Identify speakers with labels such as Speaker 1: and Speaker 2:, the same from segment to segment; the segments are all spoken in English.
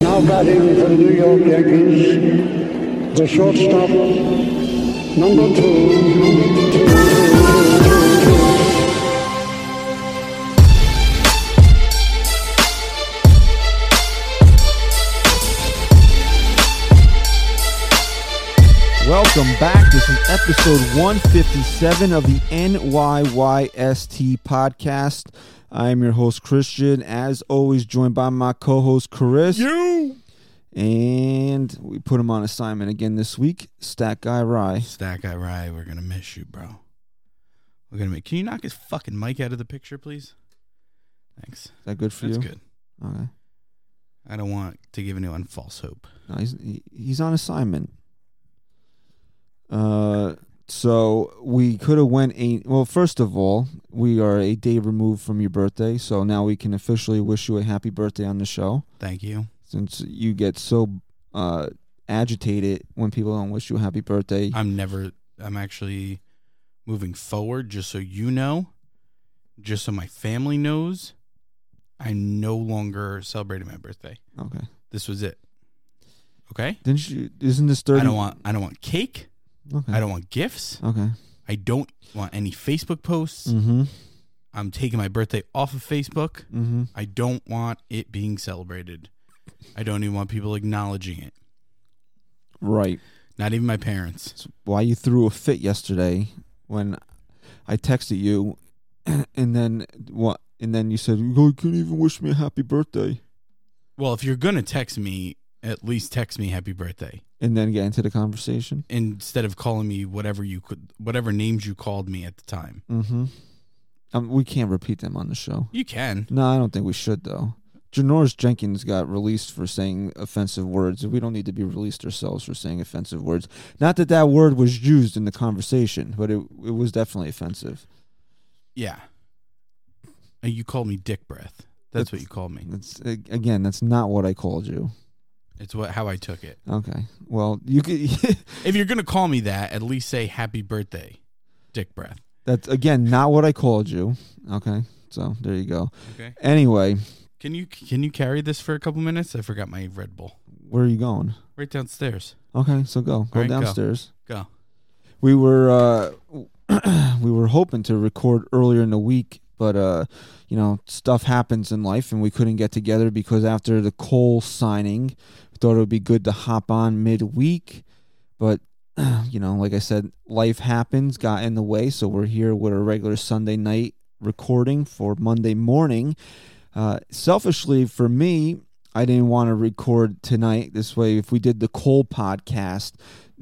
Speaker 1: Now batting for the New York Yankees, the shortstop, number two.
Speaker 2: Welcome back. This is episode 157 of the NYYST podcast. I am your host, Christian, as always, joined by my co host, Chris.
Speaker 3: You
Speaker 2: And we put him on assignment again this week, Stack Guy Rye.
Speaker 3: Stack Guy Rye, we're gonna miss you, bro. We're gonna miss. Can you knock his fucking mic out of the picture, please? Thanks.
Speaker 2: Is that good for
Speaker 3: That's
Speaker 2: you?
Speaker 3: good.
Speaker 2: Okay.
Speaker 3: I don't want to give anyone false hope.
Speaker 2: No, he's he- he's on assignment. Uh, so we could have went a well. First of all, we are a day removed from your birthday, so now we can officially wish you a happy birthday on the show.
Speaker 3: Thank you.
Speaker 2: Since you get so uh agitated when people don't wish you a happy birthday,
Speaker 3: I'm never. I'm actually moving forward, just so you know, just so my family knows. I'm no longer celebrating my birthday.
Speaker 2: okay.
Speaker 3: This was it. Okay.
Speaker 2: Didn't you? Isn't this thirty?
Speaker 3: I don't want. I don't want cake.
Speaker 2: Okay.
Speaker 3: I don't want gifts.
Speaker 2: Okay.
Speaker 3: I don't want any Facebook posts.
Speaker 2: Mm-hmm.
Speaker 3: I'm taking my birthday off of Facebook.
Speaker 2: Mm-hmm.
Speaker 3: I don't want it being celebrated. I don't even want people acknowledging it.
Speaker 2: Right.
Speaker 3: Not even my parents.
Speaker 2: That's why you threw a fit yesterday when I texted you, and then what? And then you said you couldn't even wish me a happy birthday,
Speaker 3: Well, if you're gonna text me, at least text me happy birthday
Speaker 2: and then get into the conversation.
Speaker 3: instead of calling me whatever you could, whatever names you called me at the time.
Speaker 2: Mm-hmm. Um, we can't repeat them on the show.
Speaker 3: You can.
Speaker 2: No, I don't think we should though. Janoris Jenkins got released for saying offensive words. We don't need to be released ourselves for saying offensive words. Not that that word was used in the conversation, but it it was definitely offensive.
Speaker 3: Yeah. Uh, You called me dick breath. That's what you called me.
Speaker 2: That's again, that's not what I called you.
Speaker 3: It's what how I took it.
Speaker 2: Okay. Well, you could.
Speaker 3: If you're gonna call me that, at least say happy birthday, dick breath.
Speaker 2: That's again not what I called you. Okay, so there you go.
Speaker 3: Okay.
Speaker 2: Anyway,
Speaker 3: Can you can you carry this for a couple minutes? I forgot my Red Bull
Speaker 2: where are you going?
Speaker 3: right downstairs.
Speaker 2: Okay, so go go
Speaker 3: right, go.
Speaker 2: downstairs.
Speaker 3: Go.
Speaker 2: We were uh, we were hoping to record earlier in the week, but uh, you know stuff happens in life, and we couldn't get together because after the Cole signing, we thought it would be good to hop on midweek, but. You know, like I said, life happens, got in the way, so we're here with a regular Sunday night recording for Monday morning. Uh, selfishly for me, I didn't want to record tonight. This way, if we did the Cole podcast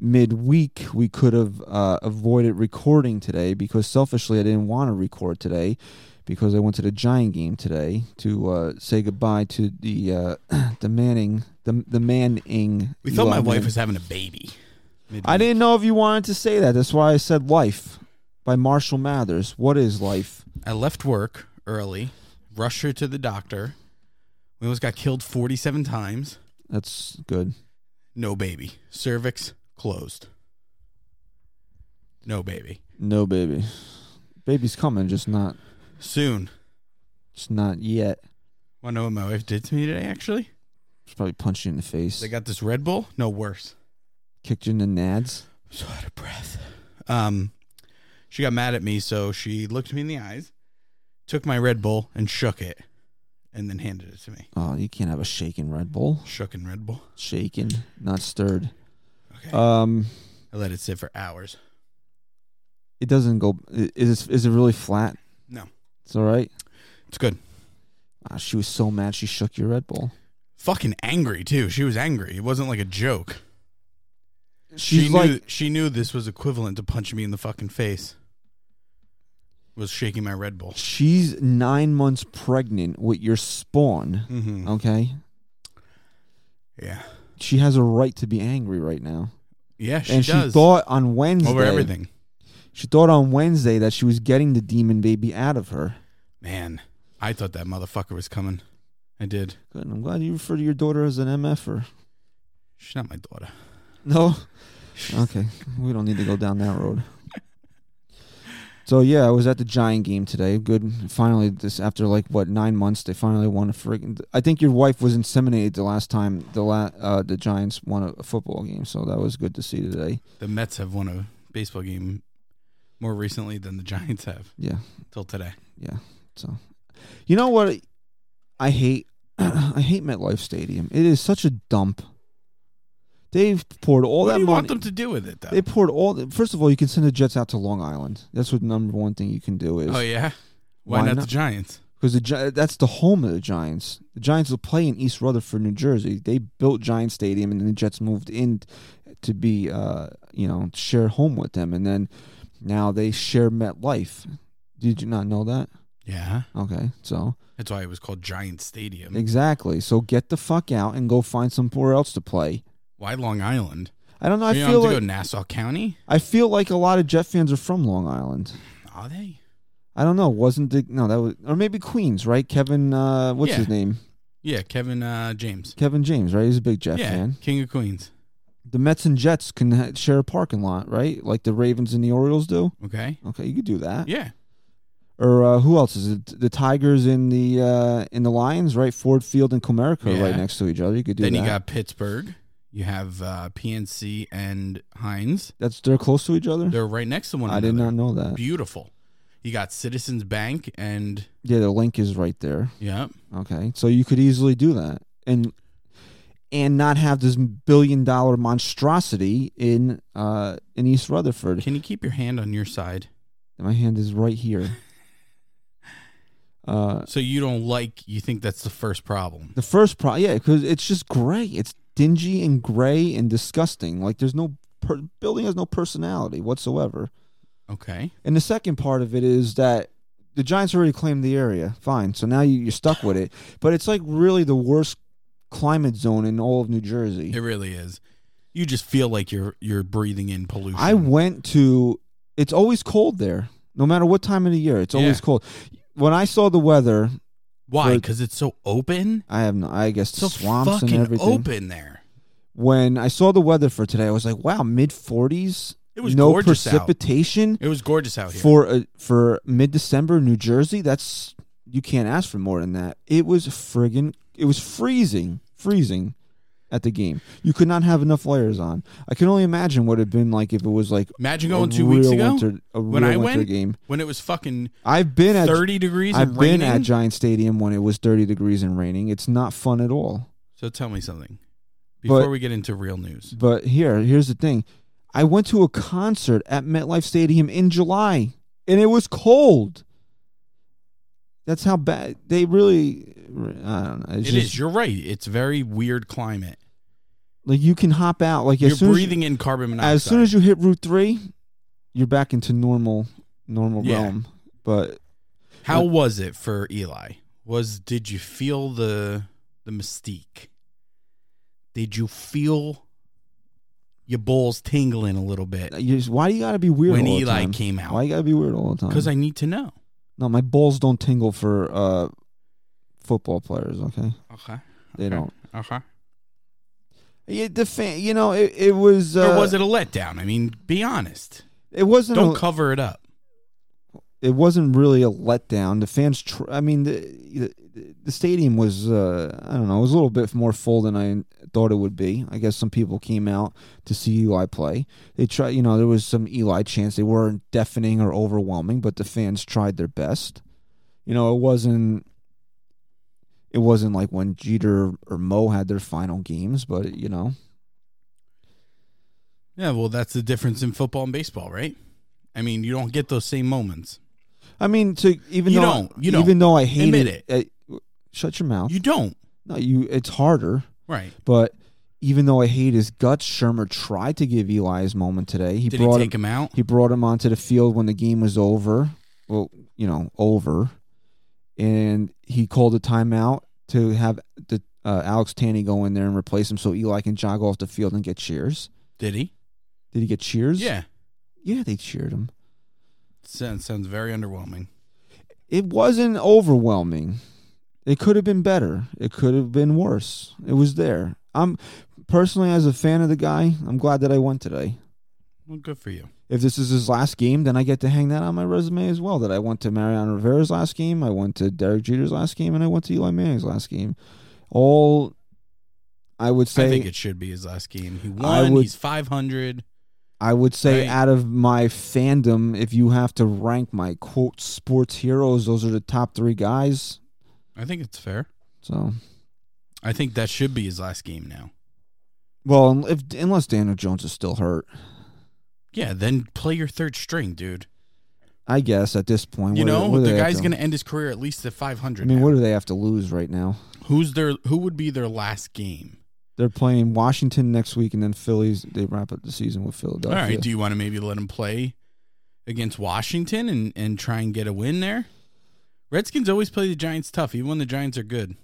Speaker 2: midweek, we could have uh, avoided recording today because selfishly, I didn't want to record today because I went to the Giant game today to uh, say goodbye to the uh, the Manning the the Manning.
Speaker 3: We thought my
Speaker 2: Eli
Speaker 3: wife
Speaker 2: Manning.
Speaker 3: was having a baby. Maybe.
Speaker 2: I didn't know if you wanted to say that. That's why I said "Life" by Marshall Mathers. What is life?
Speaker 3: I left work early, rushed her to the doctor. We almost got killed 47 times.
Speaker 2: That's good.
Speaker 3: No baby. Cervix closed. No baby.
Speaker 2: No baby. Baby's coming, just not
Speaker 3: Soon.
Speaker 2: just not yet.
Speaker 3: Want to know what my wife did to me today, actually?
Speaker 2: She's probably punched you in the face.
Speaker 3: They got this Red Bull. No, worse.
Speaker 2: kicked you in the nads.
Speaker 3: So out of breath. Um, she got mad at me, so she looked me in the eyes, took my Red Bull, and shook it, and then handed it to me.
Speaker 2: Oh, you can't have a shaken Red Bull.
Speaker 3: Shook in Red Bull.
Speaker 2: Shaken, not stirred.
Speaker 3: Okay.
Speaker 2: Um,
Speaker 3: I let it sit for hours.
Speaker 2: it doesn't go. i- Is is it really flat?
Speaker 3: No.
Speaker 2: It's all right.
Speaker 3: It's good.
Speaker 2: Ah, she was so mad she shook your Red Bull.
Speaker 3: fucking angry too. She was angry. It wasn't like a joke.
Speaker 2: She's
Speaker 3: she
Speaker 2: like,
Speaker 3: knew she knew this was equivalent to punching me in the fucking face. Was shaking my Red Bull.
Speaker 2: she's nine months pregnant with your spawn.
Speaker 3: Mm-hmm.
Speaker 2: Okay,
Speaker 3: Yeah,
Speaker 2: she has a right to be angry right now.
Speaker 3: yeah, she
Speaker 2: and
Speaker 3: does
Speaker 2: she thought on Wednesday.
Speaker 3: over everything.
Speaker 2: She thought on Wednesday that she was getting the demon baby out of her.
Speaker 3: Man, I thought that motherfucker was coming. I did.
Speaker 2: Good. I'm glad you refer to your daughter as an MFer.
Speaker 3: She's not my daughter.
Speaker 2: No. Okay. We don't need to go down that road. So yeah, I was at the Giant game today. Good, finally this after like what nine months they finally won a friggin' I think your wife was inseminated the last time the la- uh, the Giants won a- a football game, so that was good to see today.
Speaker 3: The Mets have won a baseball game more recently than the Giants have
Speaker 2: Yeah,
Speaker 3: till today.
Speaker 2: yeah. So you know what I hate? I hate MetLife Stadium. It is such a dump. They've poured all
Speaker 3: what
Speaker 2: that
Speaker 3: do you
Speaker 2: money.
Speaker 3: want them to do with it though?
Speaker 2: They poured all. The, first of all, you can send the Jets out to Long Island. That's what number one thing you can do is
Speaker 3: oh yeah, why,
Speaker 2: Why
Speaker 3: not,
Speaker 2: not?
Speaker 3: the Giants?
Speaker 2: because the Gi- that's the home of the Giants. The Giants will play in East Rutherford, New Jersey. They built Giant Stadium, and then the Jets moved in to be, uh, you know, share home with them, and then now they share MetLife. Did you not know that?
Speaker 3: Yeah,
Speaker 2: Okay, so
Speaker 3: that's why it was called Giant Stadium.
Speaker 2: exactly. So get the fuck out and go find somewhere else to play.
Speaker 3: Why Long Island?
Speaker 2: I don't know. I
Speaker 3: you
Speaker 2: feel
Speaker 3: don't have to
Speaker 2: like
Speaker 3: go Nassau County.
Speaker 2: I feel like a lot of Jet fans are from Long Island.
Speaker 3: Are they?
Speaker 2: I don't know. Wasn't the no that was or maybe Queens, right? Kevin, uh, what's
Speaker 3: Yeah.
Speaker 2: his name?
Speaker 3: Yeah, Kevin uh, James.
Speaker 2: Kevin James, right? He's a big Jet
Speaker 3: yeah,
Speaker 2: fan.
Speaker 3: King of Queens.
Speaker 2: the Mets and Jets can ha- share a parking lot, right? Like the Ravens and the Orioles do.
Speaker 3: Okay.
Speaker 2: Okay, you could do that.
Speaker 3: Yeah.
Speaker 2: Or uh, who else is it? The Tigers and the uh, and the Lions, right? Ford Field and Comerica are right
Speaker 3: Yeah.
Speaker 2: next to each other. You could do
Speaker 3: Then
Speaker 2: that.
Speaker 3: you got Pittsburgh. You have uh, PNC and Heinz.
Speaker 2: That's they're close to each other.
Speaker 3: They're right next to one
Speaker 2: I
Speaker 3: another.
Speaker 2: did not know that.
Speaker 3: Beautiful. You got Citizens Bank and
Speaker 2: Yeah, the link is right there.
Speaker 3: yeah.
Speaker 2: Okay, so you could easily do that and and not have this billion dollar monstrosity in uh in East Rutherford.
Speaker 3: Can you keep your hand on your side
Speaker 2: My hand is right here. Uh,
Speaker 3: so you don't like? You think that's the first problem?
Speaker 2: The first pro, yeah, because it's just gray. It's dingy and gray and disgusting. Like there's no per- building has no personality whatsoever.
Speaker 3: Okay.
Speaker 2: And the second part of it is that the Giants already claimed the area. Fine, so now you, you're stuck with it. But it's like really the worst climate zone in all of New Jersey.
Speaker 3: It really is. You just feel like you're you're breathing in pollution.
Speaker 2: I went to. It's always cold there, no matter what time of the year. It's always
Speaker 3: Yeah.
Speaker 2: cold. When I saw the weather,
Speaker 3: why?
Speaker 2: for-
Speaker 3: Because it's so open.
Speaker 2: I have no. I guess
Speaker 3: It's so
Speaker 2: swamps and
Speaker 3: fucking
Speaker 2: everything.
Speaker 3: open there.
Speaker 2: When I saw the weather for today, I was like, "Wow, mid 40s.
Speaker 3: It was
Speaker 2: no
Speaker 3: gorgeous out.
Speaker 2: precipitation
Speaker 3: It was gorgeous out here.
Speaker 2: for a, for mid December, New Jersey. That's you can't ask for more than that. It was friggin' it was freezing, freezing at the game. You could not have enough layers on. I can only imagine what it'd been like if it was like
Speaker 3: Imagine
Speaker 2: a
Speaker 3: going two weeks
Speaker 2: real
Speaker 3: ago
Speaker 2: winter, a
Speaker 3: when
Speaker 2: real
Speaker 3: I
Speaker 2: winter
Speaker 3: went
Speaker 2: game.
Speaker 3: when it was fucking
Speaker 2: I've been at
Speaker 3: thirty degrees
Speaker 2: I've
Speaker 3: and
Speaker 2: been
Speaker 3: raining.
Speaker 2: at Giant Stadium when it was 30 degrees and raining. It's not fun at all.
Speaker 3: so tell me something before
Speaker 2: But-
Speaker 3: we get into real news.
Speaker 2: But here, here's the thing. I went to a concert at MetLife Stadium in July, and it was cold. That's how bad they really. I don't know. It's
Speaker 3: It's
Speaker 2: just,
Speaker 3: You're right. It's very weird climate.
Speaker 2: like you can hop out. Like as
Speaker 3: you're
Speaker 2: soon
Speaker 3: breathing in carbon
Speaker 2: as,
Speaker 3: monoxide.
Speaker 2: as soon as you hit Route Three, you're back into normal normal
Speaker 3: Yeah.
Speaker 2: realm. But
Speaker 3: How was it for Eli? Was did you feel the the mystique? Did you feel your balls tingling a little bit?
Speaker 2: uh, you just, why do you got to be weird
Speaker 3: When
Speaker 2: all the
Speaker 3: Eli
Speaker 2: time?
Speaker 3: came out.
Speaker 2: Why you got to be weird all the time?
Speaker 3: Because I need to know.
Speaker 2: no, my balls don't tingle for uh, football players. Okay,
Speaker 3: Okay.
Speaker 2: they
Speaker 3: Okay.
Speaker 2: don't.
Speaker 3: Okay.
Speaker 2: Yeah, the fan, you know, it, it was. Uh,
Speaker 3: or was it a letdown? I mean, be honest.
Speaker 2: It wasn't.
Speaker 3: Don't
Speaker 2: a,
Speaker 3: cover it up.
Speaker 2: it wasn't really a letdown. The fans, tr- I mean, the, the the stadium was, uh, I don't know, it was a little bit more full than I thought it would be. I guess some people came out to see Eli play. They tried, you know, there was some Eli chants. They weren't deafening or overwhelming, but the fans tried their best. You know, it wasn't. It wasn't like when Jeter or Mo had their final games, but you know,
Speaker 3: Yeah, well, that's the difference in football and baseball, right? I mean, you don't get those same moments.
Speaker 2: I mean, to even
Speaker 3: You
Speaker 2: though
Speaker 3: don't. You don't.
Speaker 2: even though I hate
Speaker 3: Admit
Speaker 2: shut your mouth.
Speaker 3: You don't.
Speaker 2: no, you. It's harder.
Speaker 3: Right.
Speaker 2: But even though I hate his guts, Shermer tried to give Eli his moment today. He
Speaker 3: Did he
Speaker 2: brought
Speaker 3: take
Speaker 2: him,
Speaker 3: him out?
Speaker 2: he brought him onto the field when the game was over. Well, you know, over, and he called a timeout to have the uh, Alex Tanny go in there and replace him, so Eli can jog off the field and get cheers.
Speaker 3: Did he?
Speaker 2: Did he get cheers?
Speaker 3: Yeah.
Speaker 2: yeah, they cheered him.
Speaker 3: Sounds, sounds very underwhelming.
Speaker 2: It wasn't overwhelming. It could have been better. It could have been worse. It was there. I'm personally, as a fan of the guy, I'm glad that I went today.
Speaker 3: Well, good for you.
Speaker 2: If this is his last game, then I get to hang that on my resume as well. That I went to Mariano Rivera's last game, I went to Derek Jeter's last game, and I went to Eli Manning's last game. All I would say
Speaker 3: I think it should be his last game. He
Speaker 2: I
Speaker 3: won.
Speaker 2: would-
Speaker 3: he's five hundred.
Speaker 2: I would say
Speaker 3: Right.
Speaker 2: out of my fandom, if you have to rank my quote sports heroes, those are the top three guys.
Speaker 3: I think it's fair.
Speaker 2: So
Speaker 3: I think that should be his last game now.
Speaker 2: well, if unless Daniel Jones is still hurt,
Speaker 3: Yeah, then play your third string, dude.
Speaker 2: I guess at this point,
Speaker 3: You
Speaker 2: what do-
Speaker 3: know
Speaker 2: what do
Speaker 3: the
Speaker 2: they have
Speaker 3: guy's
Speaker 2: to-
Speaker 3: going to end his career at least at five
Speaker 2: I
Speaker 3: hundred.
Speaker 2: mean, what do they have to lose right now?
Speaker 3: Who's their? Who would be their last game?
Speaker 2: They're playing Washington next week, and then Phillies. They wrap up the season with Philadelphia.
Speaker 3: All right. Do you want to maybe let him play against Washington and and try and get a win there? Redskins always play the Giants tough, even when the Giants are good.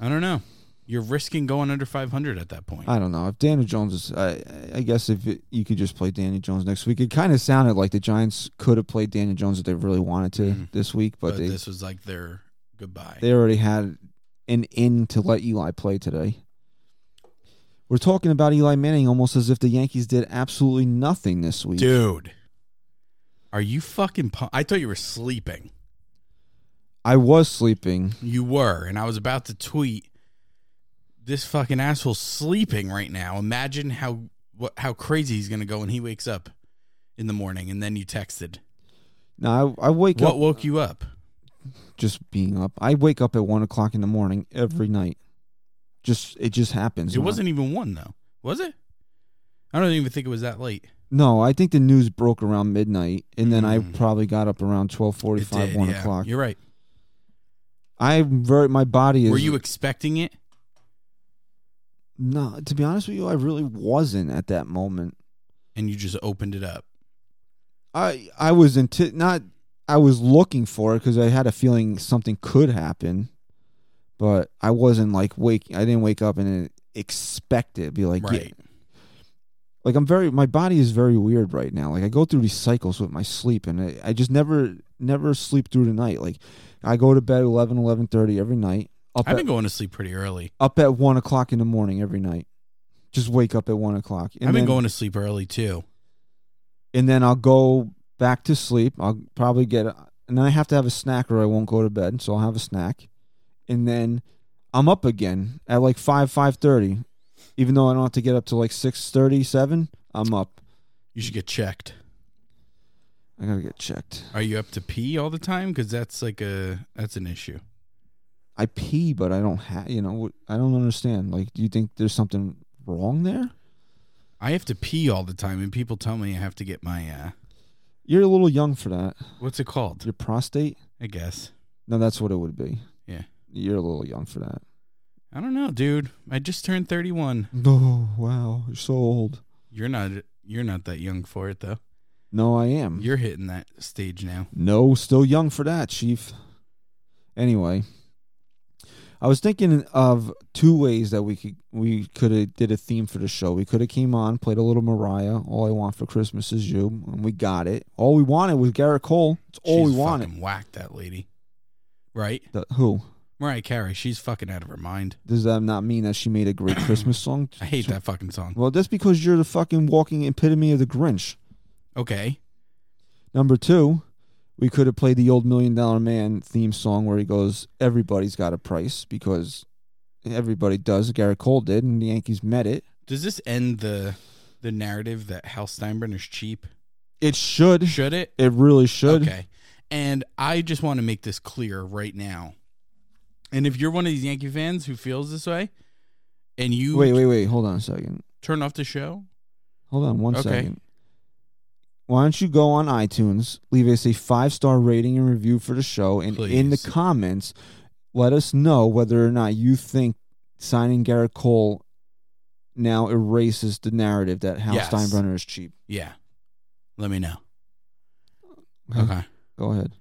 Speaker 3: I don't know. You're risking going under 500 at that point.
Speaker 2: I don't know if Daniel Jones is. I, I guess if it, you could just play Daniel Jones next week, it kind of sounded like the Giants could have played Daniel Jones if they really wanted to
Speaker 3: Mhm.
Speaker 2: this week, but,
Speaker 3: but
Speaker 2: they
Speaker 3: this was like their goodbye.
Speaker 2: they already had an in to let Eli play today. We're talking about Eli Manning almost as if the Yankees did absolutely nothing this week.
Speaker 3: Dude, are you fucking? Pu- I thought you were sleeping.
Speaker 2: I was sleeping.
Speaker 3: You were, and I was about to tweet. This fucking asshole's sleeping right now. Imagine how what how crazy he's gonna go when he wakes up in the morning. And then you texted.
Speaker 2: Now I, I wake
Speaker 3: What
Speaker 2: up
Speaker 3: woke you up?
Speaker 2: just being up. I wake up at one o'clock in the morning every night. Just it just happens.
Speaker 3: Mm-hmm. It wasn't even one though, was it? I don't even think it was that late.
Speaker 2: No, I think the news broke around midnight, and then I
Speaker 3: Mm.
Speaker 2: probably got up around twelve
Speaker 3: It
Speaker 2: forty-five,
Speaker 3: did,
Speaker 2: one
Speaker 3: yeah.
Speaker 2: o'clock.
Speaker 3: You're right.
Speaker 2: I very my body is.
Speaker 3: Were you expecting it?
Speaker 2: No, to be honest with you, I really wasn't at that moment.
Speaker 3: And you just opened it up.
Speaker 2: I I was into not. I was looking for it because I had a feeling something could happen, but I wasn't like wake. I didn't wake up and expect it. Be like, yeah.
Speaker 3: right.
Speaker 2: like I'm very. My body is very weird right now. Like I go through these cycles with my sleep, and I, I just never never sleep through the night. Like I go to bed 11, 11.30 every night. Up
Speaker 3: I've
Speaker 2: at,
Speaker 3: been going to sleep pretty early.
Speaker 2: up at one o'clock in the morning every night. Just wake up at one o'clock. And
Speaker 3: I've been
Speaker 2: then-
Speaker 3: going to sleep early too.
Speaker 2: and then I'll go back to sleep. I'll probably get, and then I have to have a snack or I won't go to bed. So I'll have a snack, and then I'm up again at like five five thirty, even though I don't have to get up till like six thirty seven. I'm up.
Speaker 3: You should get checked.
Speaker 2: I gotta get checked.
Speaker 3: Are you up to pee all the time? Because that's like a that's an issue.
Speaker 2: I pee, but I don't have. You know, I don't understand. Like, do you think there's something wrong there?
Speaker 3: I have to pee all the time, and people tell me I have to get my uh,
Speaker 2: You're a little young for that.
Speaker 3: what's it called?
Speaker 2: Your prostate?
Speaker 3: I guess.
Speaker 2: No, that's what it would be.
Speaker 3: Yeah.
Speaker 2: You're a little young for that.
Speaker 3: I don't know, dude. I just turned thirty-one.
Speaker 2: Oh wow, you're so old.
Speaker 3: You're not you're not that young for it though.
Speaker 2: No, I am.
Speaker 3: You're hitting that stage now.
Speaker 2: No, still young for that, Chief. Anyway, I was thinking of two ways that we could we could have did a theme for the show. We could have came on, played a little Mariah, "All I Want for Christmas Is You," and we got it. All we wanted was Garrett Cole. It's all
Speaker 3: she's
Speaker 2: we wanted.
Speaker 3: fucking whacked that lady, right?
Speaker 2: The- who
Speaker 3: Mariah Carey, she's fucking out of her mind.
Speaker 2: does that not mean that she made a great Christmas song?
Speaker 3: I hate that fucking song.
Speaker 2: Well, that's because you're the fucking walking epitome of the Grinch.
Speaker 3: Okay,
Speaker 2: Number two, we could have played the old Million Dollar Man theme song where he goes, "Everybody's got a price," because everybody does. Garrett Cole did, and the Yankees met it.
Speaker 3: does this end the the narrative that Hal Steinbrenner's cheap?
Speaker 2: It should.
Speaker 3: Should it?
Speaker 2: It really should.
Speaker 3: Okay. And I just want to make this clear right now. And if you're one of these Yankee fans who feels this way, and you
Speaker 2: Wait, wait, wait. Hold on a second.
Speaker 3: turn off the show,
Speaker 2: Hold on one
Speaker 3: Okay.
Speaker 2: second. Why don't you go on iTunes, leave us a five star rating and review for the show, and in the
Speaker 3: Please.
Speaker 2: comments, let us know whether or not you think signing Garrett Cole now erases the narrative that Hal
Speaker 3: Yes.
Speaker 2: Steinbrenner is cheap.
Speaker 3: yeah, let me know.
Speaker 2: Okay.
Speaker 3: Okay.
Speaker 2: Go ahead.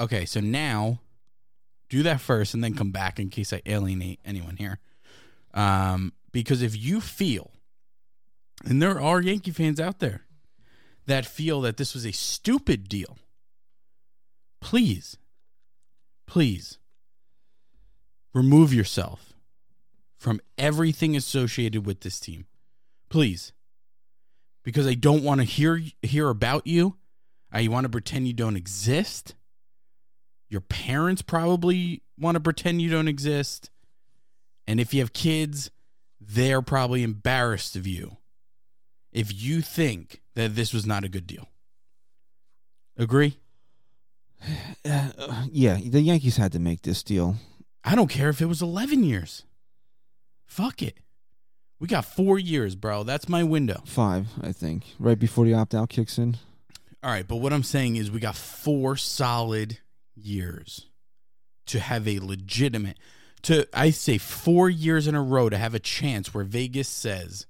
Speaker 3: Okay. So now do that first and then come back in case I alienate anyone here. Um, because if you feel, and there are Yankee fans out there that feel that this was a stupid deal, please, please remove yourself from everything associated with this team. Please. because I don't want to hear hear about you. I want to pretend you don't exist. Your parents probably want to pretend you don't exist. And if you have kids, they're probably embarrassed of you if you think that this was not a good deal. Agree?
Speaker 2: Uh, yeah, the Yankees had to make this deal.
Speaker 3: I don't care if it was 11 years. Fuck it. We got four years, bro. That's my window.
Speaker 2: Five, I think, right before the opt out kicks in.
Speaker 3: All right, but what I'm saying is we got four solid years to have a legitimate to I say four years in a row to have a chance where Vegas says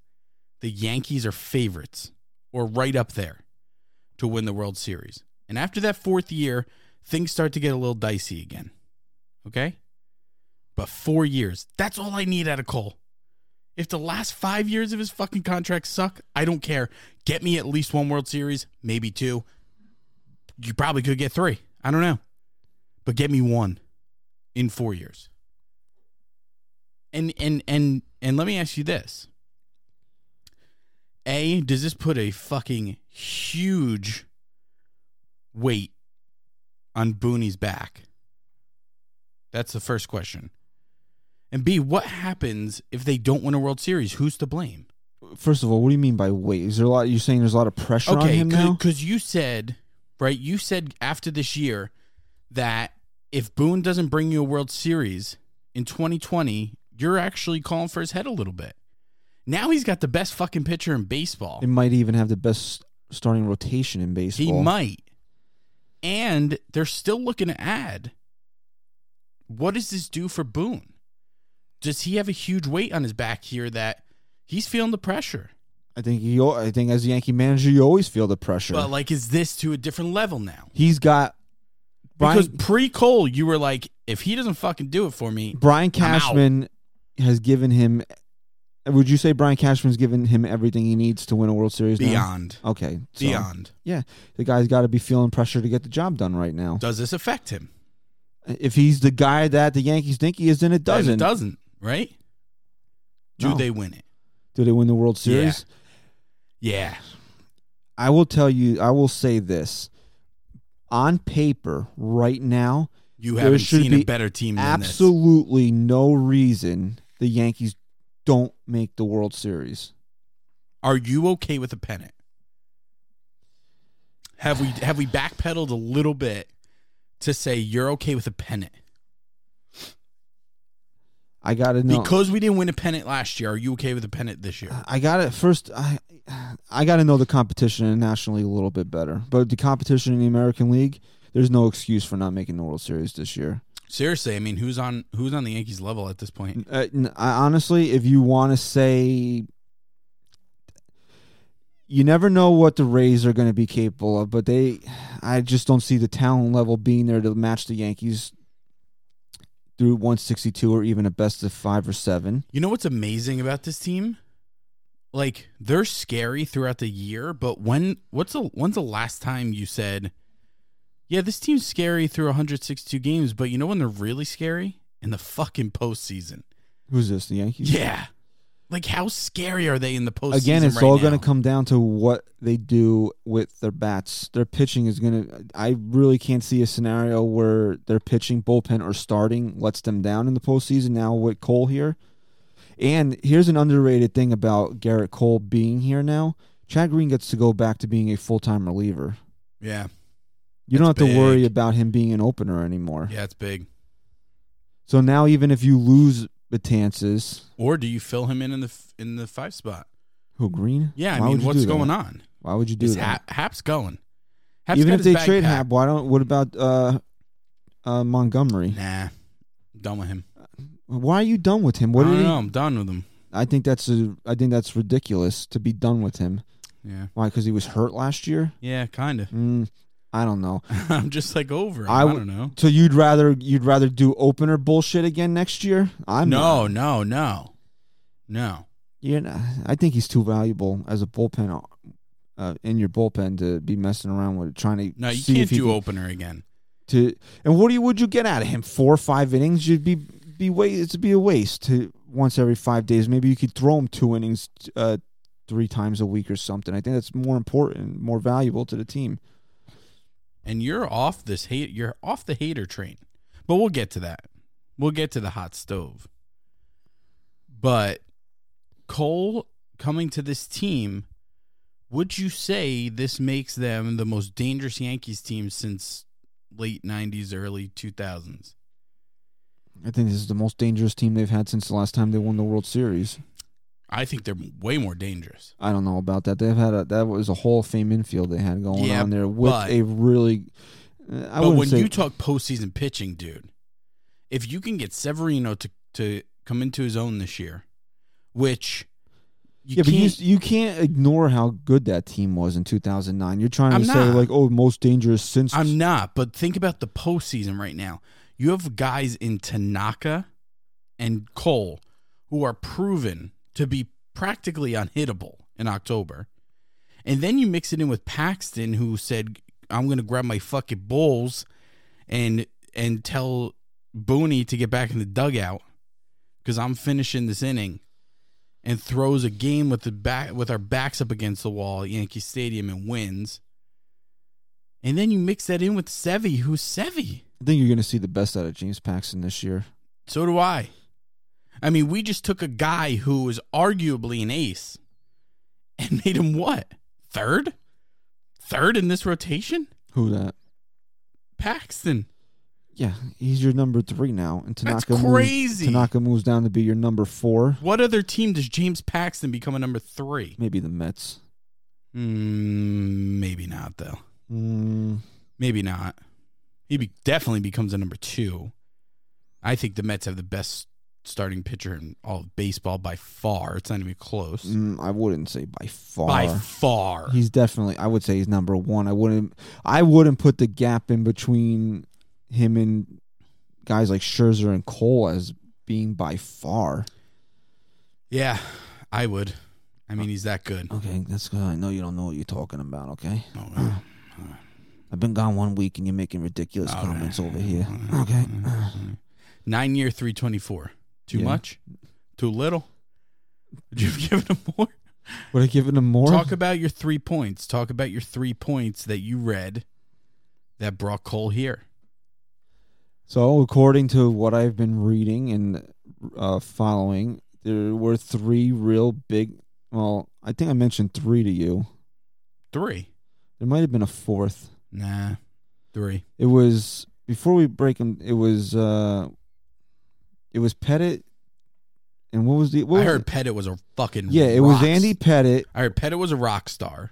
Speaker 3: the Yankees are favorites or right up there to win the World Series. And after that fourth year, things start to get a little dicey again. Okay? But four years, that's all I need out of Cole. If the last five years of his fucking contract suck, I don't care. Get me at least one World Series, maybe two. You probably could get three. I don't know. But get me one in four years. And and and and let me ask you this. A, does this put a fucking huge weight on Booney's back? That's the first question. And B, what happens if they don't win a World Series? Who's to blame?
Speaker 2: First of all, what do you mean by wait? Is there a lot? You're saying there's a lot of pressure on him now?
Speaker 3: because you said, right? You said after this year that if Boone doesn't bring you a World Series in 2020, you're actually calling for his head a little bit. Now he's got the best fucking pitcher in baseball.
Speaker 2: It might even have the best starting rotation in baseball.
Speaker 3: He might. And they're still looking to add. What does this do for Boone? Does he have a huge weight on his back here that he's feeling the pressure?
Speaker 2: I think. You, I think as a Yankee manager, you always feel the pressure.
Speaker 3: But like, is this to a different level now?
Speaker 2: He's got Brian.
Speaker 3: because pre Cole, you were like, if he doesn't fucking do it for me,
Speaker 2: Brian
Speaker 3: I'm out.
Speaker 2: Cashman has given him. Would you say Brian Cashman's given him everything he needs to win a World Series? now?
Speaker 3: beyond,
Speaker 2: Okay. so,
Speaker 3: beyond.
Speaker 2: Yeah, the guy's got to be feeling pressure to get the job done right now.
Speaker 3: Does this affect him?
Speaker 2: If he's the guy that the Yankees think he is, then it
Speaker 3: Then
Speaker 2: doesn't.
Speaker 3: It doesn't, right? Do
Speaker 2: No.
Speaker 3: they win it?
Speaker 2: Do they win the World Series?
Speaker 3: Yeah.
Speaker 2: I will tell you. I will say this. On paper, right now,
Speaker 3: You
Speaker 2: There
Speaker 3: haven't
Speaker 2: should
Speaker 3: seen
Speaker 2: be
Speaker 3: a better team than this.
Speaker 2: absolutely no reason the Yankees don't make the World Series.
Speaker 3: Are you okay with a pennant? Have we have we backpedaled a little bit to say you're okay with a pennant?
Speaker 2: I gotta know.
Speaker 3: Because we didn't win a pennant last year, are you okay with a pennant this year?
Speaker 2: I gotta first. I I gotta know the competition in the National League a little bit better. But the competition in the American League, there's no excuse for not making the World Series this year.
Speaker 3: Seriously, I mean, who's on who's on the Yankees level at this point?
Speaker 2: Uh, n- I, honestly, if you want to say, you never know what the Rays are going to be capable of, but they, I just don't see the talent level being there to match the Yankees through 162 or even a best of five or seven.
Speaker 3: You know what's amazing about this team? Like they're scary throughout the year, but when what's the when's the last time you said, "Yeah, this team's scary through 162 games," but you know when they're really scary in the fucking postseason.
Speaker 2: Who's this? The Yankees.
Speaker 3: Yeah. Like how scary are they in the postseason?
Speaker 2: Again, it's
Speaker 3: right
Speaker 2: all
Speaker 3: now?
Speaker 2: going to come down to what they do with their bats. Their pitching is going to. I really can't see a scenario where their pitching, bullpen, or starting lets them down in the postseason. Now with Cole here, and here's an underrated thing about Garrett Cole being here now. Chad Green gets to go back to being a full time reliever.
Speaker 3: Yeah,
Speaker 2: You don't have
Speaker 3: That's
Speaker 2: to worry
Speaker 3: big.
Speaker 2: about him being an opener anymore.
Speaker 3: yeah, it's big.
Speaker 2: So now, even if you lose Batances,
Speaker 3: Or do you fill him in in the f- in the five spot?
Speaker 2: who Green?
Speaker 3: Yeah,
Speaker 2: Why
Speaker 3: I
Speaker 2: would
Speaker 3: mean,
Speaker 2: you
Speaker 3: what's
Speaker 2: do that?
Speaker 3: going on?
Speaker 2: Why would you do
Speaker 3: Is
Speaker 2: that?
Speaker 3: Hap, Hap's going. Hap's
Speaker 2: Even if
Speaker 3: got his
Speaker 2: they
Speaker 3: bag
Speaker 2: trade
Speaker 3: packed.
Speaker 2: Hap, why don't? What about uh, uh, Montgomery?
Speaker 3: nah, done with him.
Speaker 2: Why are you done with him? What
Speaker 3: I
Speaker 2: did
Speaker 3: don't
Speaker 2: he?
Speaker 3: know. I'm done with him.
Speaker 2: I think that's a, I think that's ridiculous to be done with him.
Speaker 3: Yeah,
Speaker 2: Why? Because he was hurt last year.
Speaker 3: yeah, kind of.
Speaker 2: Mm, I don't know.
Speaker 3: I'm just like over. Him.
Speaker 2: I
Speaker 3: I,
Speaker 2: w-
Speaker 3: don't know.
Speaker 2: So you'd rather you'd rather do opener bullshit again next year? I'm not.
Speaker 3: no, no, no, no.
Speaker 2: You're not- I think he's too valuable as a bullpen. Uh, in your bullpen to be messing around with trying to
Speaker 3: No, you
Speaker 2: see
Speaker 3: can't
Speaker 2: if he
Speaker 3: do
Speaker 2: can-
Speaker 3: opener again.
Speaker 2: to and what do you would you get out of him four or five innings you'd be be waste it'd be a waste to once every five days maybe you could throw him two innings uh three times a week or something. I think that's more important, more valuable to the team.
Speaker 3: and you're off this hate you're off the hater train but we'll get to that we'll get to the hot stove but cole coming to this team would you say this makes them the most dangerous yankees team since late 90s early 2000s
Speaker 2: I think this is the most dangerous team they've had since the last time they won the World Series.
Speaker 3: i think they're way more dangerous
Speaker 2: I don't know about that. They've had a that was a Hall of Fame infield they had going
Speaker 3: Yeah,
Speaker 2: on there with
Speaker 3: but-
Speaker 2: a really. I
Speaker 3: but
Speaker 2: wouldn't
Speaker 3: when
Speaker 2: say,
Speaker 3: you talk postseason pitching, dude, if you can get Severino to to come into his own this year, which you
Speaker 2: yeah, but
Speaker 3: can't,
Speaker 2: you, you can't ignore how good that team was in 2009. You're trying
Speaker 3: I'm
Speaker 2: to say
Speaker 3: not.
Speaker 2: like, oh, most dangerous since
Speaker 3: I'm not. But think about the postseason right now. You have guys in Tanaka and Cole who are proven to be practically unhittable in October, and then you mix it in with Paxton, who said, "I'm going to grab my fucking bulls," and and tell Booney to get back in the dugout because I'm finishing this inning. And throws a game with the back with our backs up against the wall at Yankee Stadium and wins. And then you mix that in with Sevy, who's Sevy.
Speaker 2: I think you're going to see the best out of James Paxton this year.
Speaker 3: So do I. I mean, we just took a guy who was arguably an ace and made him what? Third? Third in this rotation?
Speaker 2: Who that?
Speaker 3: Paxton.
Speaker 2: Yeah, he's your number three now, and
Speaker 3: That's
Speaker 2: Tanaka moves-
Speaker 3: crazy.
Speaker 2: Tanaka moves down to be your number four.
Speaker 3: What other team does James Paxton become a number three?
Speaker 2: Maybe the Mets.
Speaker 3: Mm, maybe not, though.
Speaker 2: Mm,
Speaker 3: Maybe not. He be- definitely becomes a number two. I think the Mets have the best starting pitcher in all of baseball by far. It's not even close.
Speaker 2: mm, I wouldn't say by far.
Speaker 3: By far.
Speaker 2: He's definitely. I would say he's number one. I wouldn't. I wouldn't put the gap in between him and guys like Scherzer and Cole as being by far.
Speaker 3: Yeah, I would. I mean, he's that good.
Speaker 2: Okay, that's good. I know you don't know what you're talking about. Okay,
Speaker 3: Oh,
Speaker 2: I've been gone one week and you're making ridiculous
Speaker 3: All right. Mm-hmm.
Speaker 2: comments over here. Okay,
Speaker 3: Nine year, 324. Too
Speaker 2: Yeah.
Speaker 3: much? Too little? Would you have given him more?
Speaker 2: would I give it a more?
Speaker 3: Talk about your three points. Talk about your three points that you read that brought Cole here.
Speaker 2: So, according to what I've been reading and uh, following, there were three real big. Well, I think I mentioned three to you.
Speaker 3: Three.
Speaker 2: There might have been a fourth.
Speaker 3: Nah, three.
Speaker 2: It was before we break them. It was uh, it was Pettit, and what was the? What
Speaker 3: I
Speaker 2: was
Speaker 3: heard
Speaker 2: it?
Speaker 3: Pettit was a fucking
Speaker 2: yeah, it
Speaker 3: rocks-
Speaker 2: was Andy Pettit.
Speaker 3: I heard Pettit was a rock star.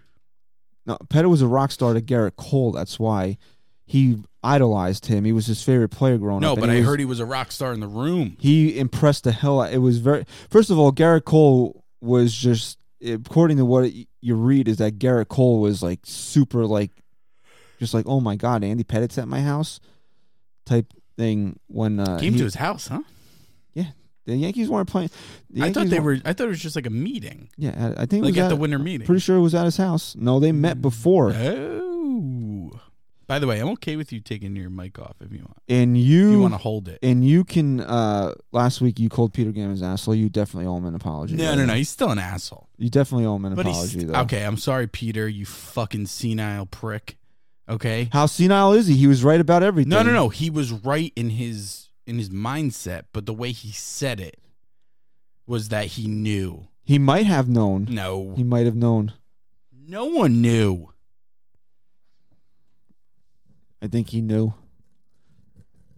Speaker 2: No, Pettit was a rock star to Garrett Cole. That's why he idolized him. He was his favorite player growing
Speaker 3: No,
Speaker 2: up. and
Speaker 3: but
Speaker 2: he
Speaker 3: I
Speaker 2: was-
Speaker 3: heard he was a rock star in the room.
Speaker 2: he impressed the hell out. It was very first of all, Garrett Cole was just according to what you read is that Garrett Cole was like super like just like oh my god, Andy Pettit's at my house type thing when uh,
Speaker 3: Came
Speaker 2: he-
Speaker 3: to his house, huh?
Speaker 2: the Yankees weren't playing. the
Speaker 3: I thought
Speaker 2: Yankees
Speaker 3: they
Speaker 2: weren't-
Speaker 3: were. I thought it was just like a meeting,
Speaker 2: yeah. I I think it
Speaker 3: like
Speaker 2: was
Speaker 3: at
Speaker 2: at-
Speaker 3: the Mm-hmm. winter meeting.
Speaker 2: pretty sure it was at his house. No, they met before,
Speaker 3: Oh. By the way, I'm okay with you taking your mic off if you want.
Speaker 2: and
Speaker 3: If
Speaker 2: you
Speaker 3: you want to hold it.
Speaker 2: and you can uh last week you called Peter Gammons an asshole. You definitely owe him an apology.
Speaker 3: No,
Speaker 2: right?
Speaker 3: no, no. He's still an asshole.
Speaker 2: You definitely owe him an
Speaker 3: But he's
Speaker 2: apology though.
Speaker 3: okay. I'm sorry, Peter. You fucking senile prick. Okay.
Speaker 2: How senile is he? He was right about everything.
Speaker 3: No, no, no. He was right in his in his mindset, but the way he said it was that he knew.
Speaker 2: He might have known.
Speaker 3: No,
Speaker 2: He might have known.
Speaker 3: no one knew.
Speaker 2: I think he knew.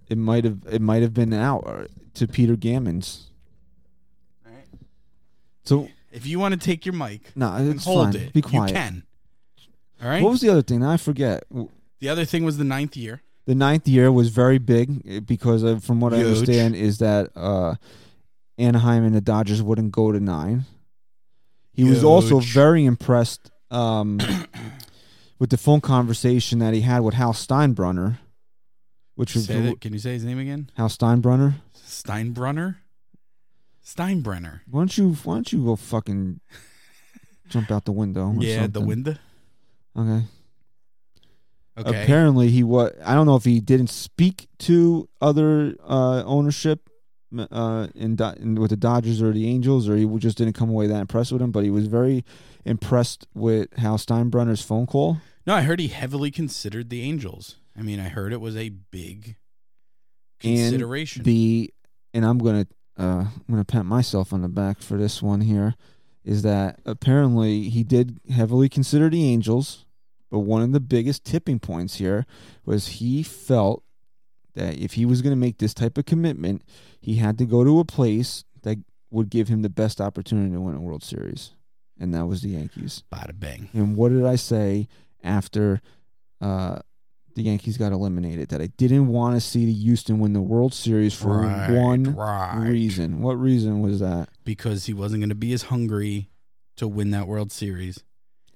Speaker 2: It might have. It might have been out or- to Peter Gammons. So
Speaker 3: If you want to take your mic,
Speaker 2: no, nah,
Speaker 3: and
Speaker 2: it's
Speaker 3: hold
Speaker 2: fine.
Speaker 3: it.
Speaker 2: Be quiet.
Speaker 3: You can. All right.
Speaker 2: What was the other thing? Now I forget. W-
Speaker 3: the other thing was the ninth year.
Speaker 2: The ninth year was very big eh, because, of, from what I
Speaker 3: Huge.
Speaker 2: understand, is that uh, Anaheim and the Dodgers wouldn't go to nine. He was also
Speaker 3: Huge.
Speaker 2: very impressed um, with the phone conversation that he had with Hal Steinbrenner, which was
Speaker 3: Say that- can you say his name again?
Speaker 2: Hal Steinbrenner.
Speaker 3: Steinbrunner? Steinbrenner.
Speaker 2: Why don't you why don't you go fucking jump out the window? or
Speaker 3: Yeah, the
Speaker 2: something?
Speaker 3: window.
Speaker 2: Okay.
Speaker 3: Okay.
Speaker 2: Apparently he was I don't know if he didn't speak to other uh ownership uh, in, Do- in with the Dodgers or the Angels, or he just didn't come away that impressed with him. But he was very impressed with how Steinbrenner's phone call.
Speaker 3: No, I heard he heavily considered the Angels. I mean, I heard it was a big
Speaker 2: And
Speaker 3: consideration.
Speaker 2: The and I'm gonna uh, I'm gonna pat myself on the back for this one here, is that apparently he did heavily consider the Angels, but one of the biggest tipping points here was he felt that if he was going to make this type of commitment, he had to go to a place that would give him the best opportunity to win a World Series, and that was the Yankees.
Speaker 3: Bada bang.
Speaker 2: And what did I say after uh, the Yankees got eliminated? That I didn't want to see the Houston win the World Series for
Speaker 3: Right,
Speaker 2: one
Speaker 3: right.
Speaker 2: reason. What reason was that?
Speaker 3: Because he wasn't going to be as hungry to win that World Series.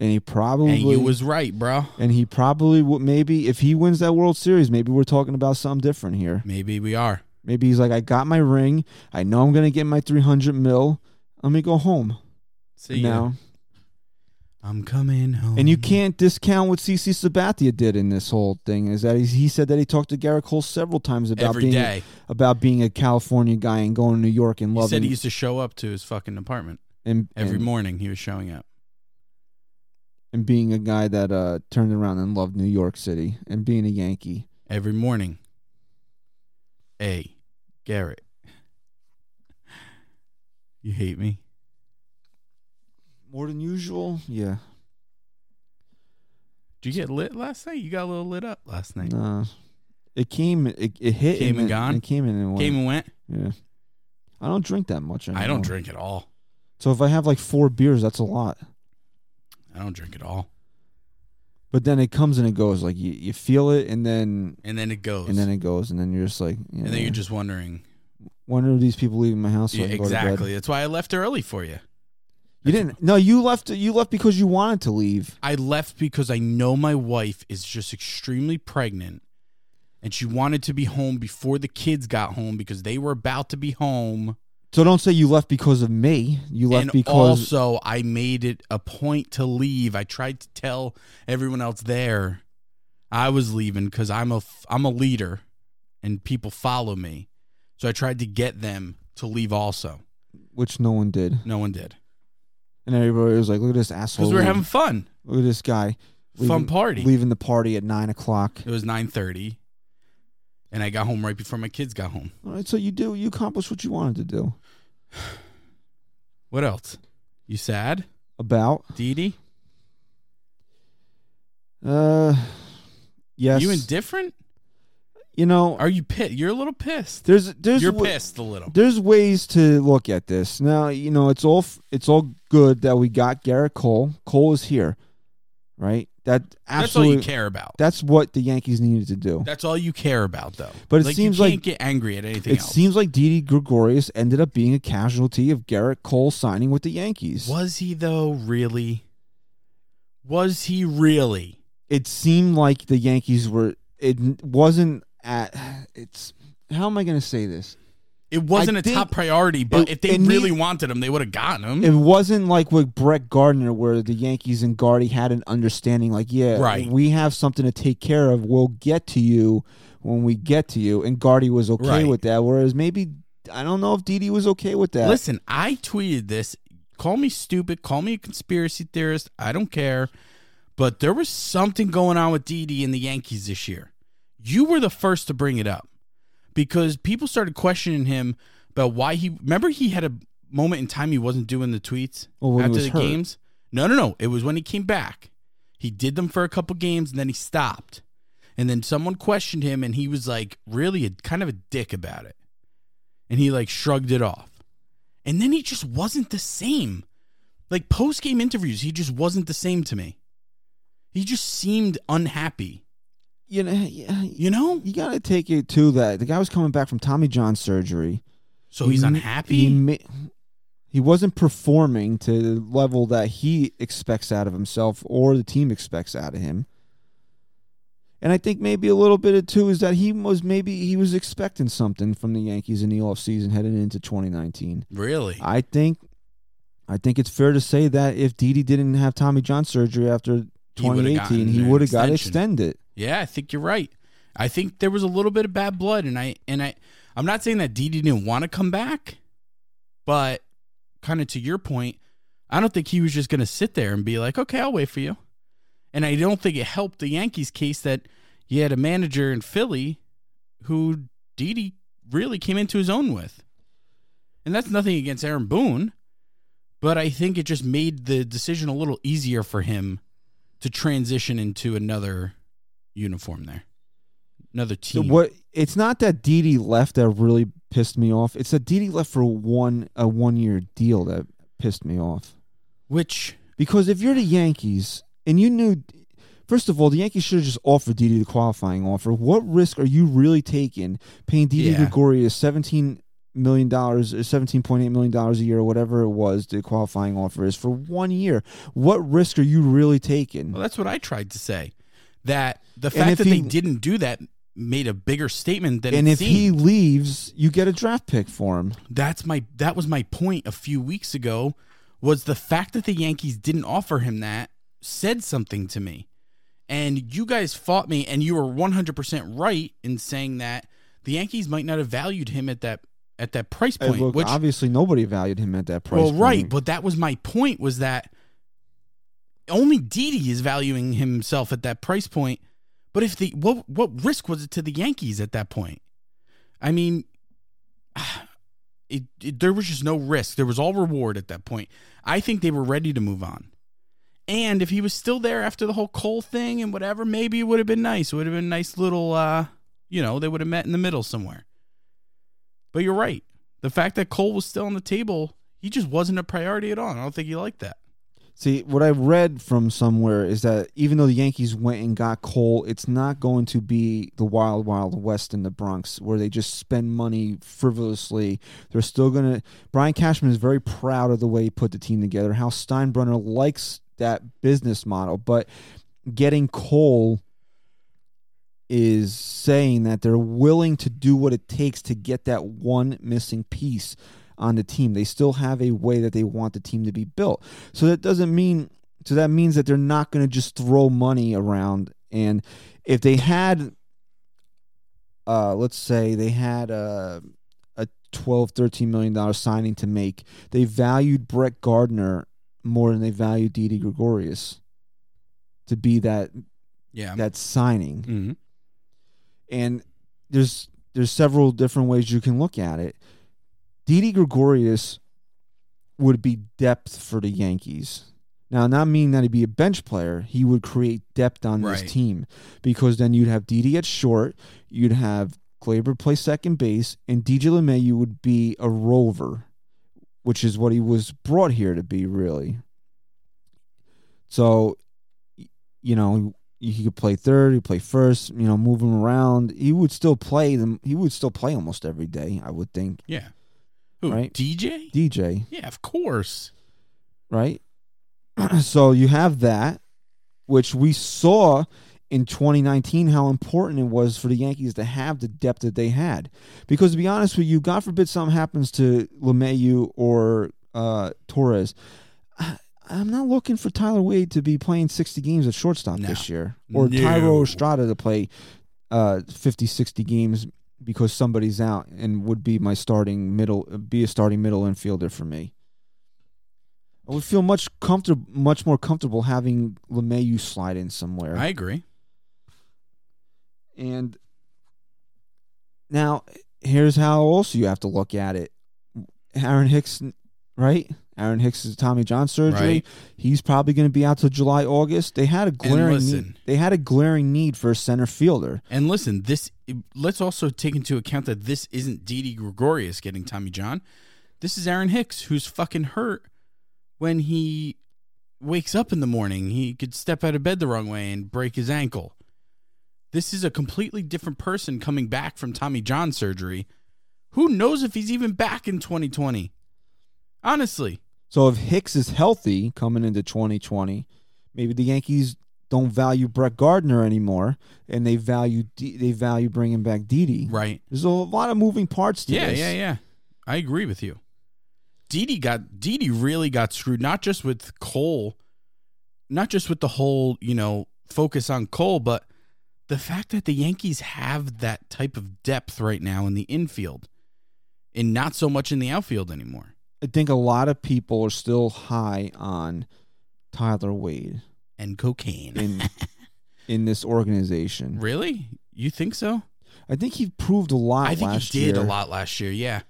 Speaker 2: And he probably
Speaker 3: And you was right, bro.
Speaker 2: and he probably would maybe if he wins that World Series, maybe we're talking about something different here.
Speaker 3: Maybe we are.
Speaker 2: Maybe he's like, I got my ring. I know I'm gonna get my 300 mil. Let me go home
Speaker 3: See
Speaker 2: now.
Speaker 3: ya. I'm coming home.
Speaker 2: And you can't discount what CC Sabathia did in this whole thing. Is that he, he said that he talked to Garrett Cole several times about
Speaker 3: every
Speaker 2: being
Speaker 3: day.
Speaker 2: about being a California guy and going to New York and
Speaker 3: He said
Speaker 2: loving
Speaker 3: he used to show up to his fucking apartment
Speaker 2: and,
Speaker 3: every
Speaker 2: and,
Speaker 3: morning. He was showing up.
Speaker 2: and being a guy that uh, turned around and loved New York City and being a Yankee.
Speaker 3: every morning. Hey, Garrett, you hate me?
Speaker 2: More than usual, yeah.
Speaker 3: Did you get lit last night? You got a little lit up last night.
Speaker 2: Nah. It came, it, it hit,
Speaker 3: Came and gone?
Speaker 2: It came in and went.
Speaker 3: Came and went.
Speaker 2: yeah. I don't drink that much. Anymore.
Speaker 3: I don't drink at all.
Speaker 2: So if I have like four beers, that's a lot.
Speaker 3: I don't drink at all.
Speaker 2: But then it comes and it goes. Like you, you feel it, and then
Speaker 3: And then it goes.
Speaker 2: and then it goes, and then you're just like, yeah.
Speaker 3: And then you're just wondering.
Speaker 2: When are these people leaving my house? So
Speaker 3: Yeah,
Speaker 2: I can go to bed?
Speaker 3: exactly. That's why I left early for you.
Speaker 2: You didn't. No, you left. You left because you wanted to leave.
Speaker 3: I left because I know my wife is just extremely pregnant and she wanted to be home before the kids got home because they were about to be home.
Speaker 2: So don't say you left because of me. You left
Speaker 3: and
Speaker 2: because
Speaker 3: also I made it a point to leave. I tried to tell everyone else there I was leaving because I'm a f- I'm a leader, and people follow me. So I tried to get them to leave. Also,
Speaker 2: which no one did,
Speaker 3: no one did
Speaker 2: and everybody was like, "Look at this asshole!
Speaker 3: because we were
Speaker 2: leaving.
Speaker 3: having fun.
Speaker 2: Look at this guy,
Speaker 3: Fun party.
Speaker 2: leaving the party at nine o'clock."
Speaker 3: It was nine thirty, and I got home right before my kids got home.
Speaker 2: All right, so you do. You accomplished what you wanted to do.
Speaker 3: What else? You sad,
Speaker 2: About
Speaker 3: Dee Dee?
Speaker 2: uh, yes.
Speaker 3: You indifferent?
Speaker 2: You know,
Speaker 3: Are you pissed? You're a little pissed.
Speaker 2: there's there's
Speaker 3: You're
Speaker 2: wa-
Speaker 3: pissed a little.
Speaker 2: there's ways to look at this. Now, you know, it's all f- it's all good that we got Garrett Cole. Cole is here, right? That
Speaker 3: That's all
Speaker 2: absolutely.
Speaker 3: you care about.
Speaker 2: That's what the Yankees needed to do.
Speaker 3: That's all you care about, though.
Speaker 2: But it
Speaker 3: like,
Speaker 2: seems
Speaker 3: you
Speaker 2: like-
Speaker 3: can't get angry at anything
Speaker 2: It
Speaker 3: else.
Speaker 2: seems like Didi Gregorius ended up being a casualty of Garrett Cole signing with the Yankees.
Speaker 3: was he though? Really? Was he really?
Speaker 2: It seemed like the Yankees were. It n- wasn't at. It's. How am I going to say this?
Speaker 3: It wasn't a
Speaker 2: think-
Speaker 3: top priority,
Speaker 2: it-
Speaker 3: but if they
Speaker 2: it need-
Speaker 3: really wanted him, they would have gotten him.
Speaker 2: It wasn't like with Brett Gardner, where the Yankees and Guardy had an understanding. Like, yeah,
Speaker 3: Right.
Speaker 2: we have something to take care of. We'll get to you when we get to you. And Guardy was okay
Speaker 3: Right.
Speaker 2: with that. Whereas maybe I don't know if Didi was okay with that.
Speaker 3: Listen, I tweeted this. Call me stupid. Call me a conspiracy theorist. I don't care. But there was something going on with Didi and the Yankees this year. You were the first to bring it up because people started questioning him about why he. Remember, he had a moment in time he wasn't doing the tweets
Speaker 2: Well, Oh, when he
Speaker 3: after
Speaker 2: was
Speaker 3: the
Speaker 2: hurt.
Speaker 3: games. No, no, no. It was when he came back. He did them for a couple games and then he stopped. And then someone questioned him and he was like really a, kind of a dick about it. And he like shrugged it off. And then he just wasn't the same. Like post game interviews, he just wasn't the same to me. He just seemed unhappy.
Speaker 2: you know, yeah,
Speaker 3: You know?
Speaker 2: you got to take it to that. The guy was coming back from Tommy John surgery.
Speaker 3: So he's
Speaker 2: He- He,
Speaker 3: unhappy.
Speaker 2: ma- he wasn't performing to the level that he expects out of himself or the team expects out of him. And I think maybe a little bit of too is that he was maybe he was expecting something from the Yankees in the offseason heading into 2019.
Speaker 3: Really?
Speaker 2: I think I think it's fair to say that if Didi didn't have Tommy John surgery after
Speaker 3: He would've
Speaker 2: 2018,
Speaker 3: gotten
Speaker 2: he
Speaker 3: an
Speaker 2: would have got
Speaker 3: extension.
Speaker 2: extended.
Speaker 3: Yeah, I think you're right. I think there was a little bit of bad blood and I and I I'm not saying that Didi didn't want to come back, but kind of to your point, I don't think he was just going to sit there and be like, okay, I'll wait for you. And I don't think it helped the Yankees' case that you had a manager in Philly who Didi really came into his own with. And that's nothing against Aaron Boone, but I think it just made the decision a little easier for him to transition into another uniform there, another
Speaker 2: So
Speaker 3: team.
Speaker 2: what? It's not that Didi left that really pissed me off. It's that Didi left for one a one year deal that pissed me off.
Speaker 3: Which,
Speaker 2: Because if you're the Yankees and you knew, first of all, the Yankees should have just offered Didi the qualifying offer. What risk are you really taking paying Didi
Speaker 3: Yeah.
Speaker 2: Gregorius seventeen million dollars, seventeen point eight million dollars a year, or whatever it was the qualifying offer is for one year? What risk are you really taking?
Speaker 3: well, that's what I tried to say. That the
Speaker 2: if
Speaker 3: fact that
Speaker 2: he-
Speaker 3: they didn't do that made a bigger statement than
Speaker 2: and
Speaker 3: it
Speaker 2: if
Speaker 3: seemed.
Speaker 2: he leaves, you get a draft pick for him.
Speaker 3: that's my that was my point a few weeks ago was the fact that the Yankees didn't offer him that said something to me. And you guys fought me and you were 100% right in saying that the Yankees might not have valued him at that at that price
Speaker 2: Hey,
Speaker 3: point,
Speaker 2: look,
Speaker 3: which
Speaker 2: obviously nobody valued him at that price.
Speaker 3: well, right,
Speaker 2: point.
Speaker 3: but that was my point was that only Didi is valuing himself at that price point. But if the what what risk was it to the Yankees at that point? I mean, it, it- there was just no risk. There was all reward at that point. I think they were ready to move on. And if he was still there after the whole Cole thing and whatever, maybe it would have been nice. It would have been a nice little, uh, you know, they would have met in the middle somewhere. But you're right. The fact that Cole was still on the table, he just wasn't a priority at all. and I don't think he liked that.
Speaker 2: See, what I read from somewhere is that even though the Yankees went and got Cole, it's not going to be the wild, wild west in the Bronx where they just spend money frivolously. They're still going to. Brian Cashman is very proud of the way he put the team together, how Steinbrenner likes that business model. But getting Cole is saying that they're willing to do what it takes to get that one missing piece on the team. They still have a way that they want the team to be built. So that doesn't mean so that means that they're not going to just throw money around and if they had uh let's say they had a a 12 13 million dollar signing to make, they valued Brett Gardner more than they valued Didi Gregorius to be that
Speaker 3: Yeah.
Speaker 2: that signing
Speaker 3: hmm
Speaker 2: and there's there's several different ways you can look at it. Didi Gregorius would be depth for the Yankees. Now, not meaning that he'd be a bench player, he would create depth on
Speaker 3: Right.
Speaker 2: this team because then you'd have Didi at short, you'd have Glaber play second base, and DJ LeMayu would be a rover, which is what he was brought here to be, really. So, y- you know, he could play third, he could play first, you know, move him around. He would still play them. He would still play almost every day, I would think.
Speaker 3: Yeah. Who,
Speaker 2: Right.
Speaker 3: DJ?
Speaker 2: DJ,
Speaker 3: Yeah, of course.
Speaker 2: right? so you have that, which we saw in 2019 how important it was for the Yankees to have the depth that they had. Because to be honest with you, God forbid something happens to LeMayu or uh, Torres. I- I'm not looking for Tyler Wade to be playing 60 games at shortstop
Speaker 3: No.
Speaker 2: this year or
Speaker 3: No.
Speaker 2: Tyro Estrada to play uh, 50, 60 games because somebody's out and would be my starting middle, be a starting middle infielder for me. I would feel much comfortable, much more comfortable having LeMayu slide in somewhere.
Speaker 3: I agree.
Speaker 2: And now here's how also you have to look at it. Aaron Hicks, right? Aaron Hicks is Tommy John surgery.
Speaker 3: Right.
Speaker 2: He's probably going to be out till July, August. They had a glaring
Speaker 3: listen.
Speaker 2: need. They had a glaring need for a center fielder.
Speaker 3: And listen, this let's also take into account that this isn't Didi Gregorius getting Tommy John. This is Aaron Hicks, who's fucking hurt when he wakes up in the morning. He could step out of bed the wrong way and break his ankle. This is a completely different person coming back from Tommy John surgery. Who knows if he's even back in 2020? Honestly,
Speaker 2: So if Hicks is healthy coming into 2020, maybe the Yankees don't value Brett Gardner anymore, and they value D- they value bringing back Didi.
Speaker 3: right?
Speaker 2: There's a lot of moving parts to
Speaker 3: Yeah,
Speaker 2: this.
Speaker 3: yeah, yeah. I agree with you. Didi got Didi really got screwed, not just with Cole, not just with the whole, you know, focus on Cole, but the fact that the Yankees have that type of depth right now in the infield and not so much in the outfield anymore.
Speaker 2: I think a lot of people are still high on Tyler Wade
Speaker 3: And cocaine.
Speaker 2: in in this organization.
Speaker 3: really? You think so?
Speaker 2: I think he proved a lot.
Speaker 3: I think
Speaker 2: last
Speaker 3: he did
Speaker 2: year
Speaker 3: a lot last year. Yeah.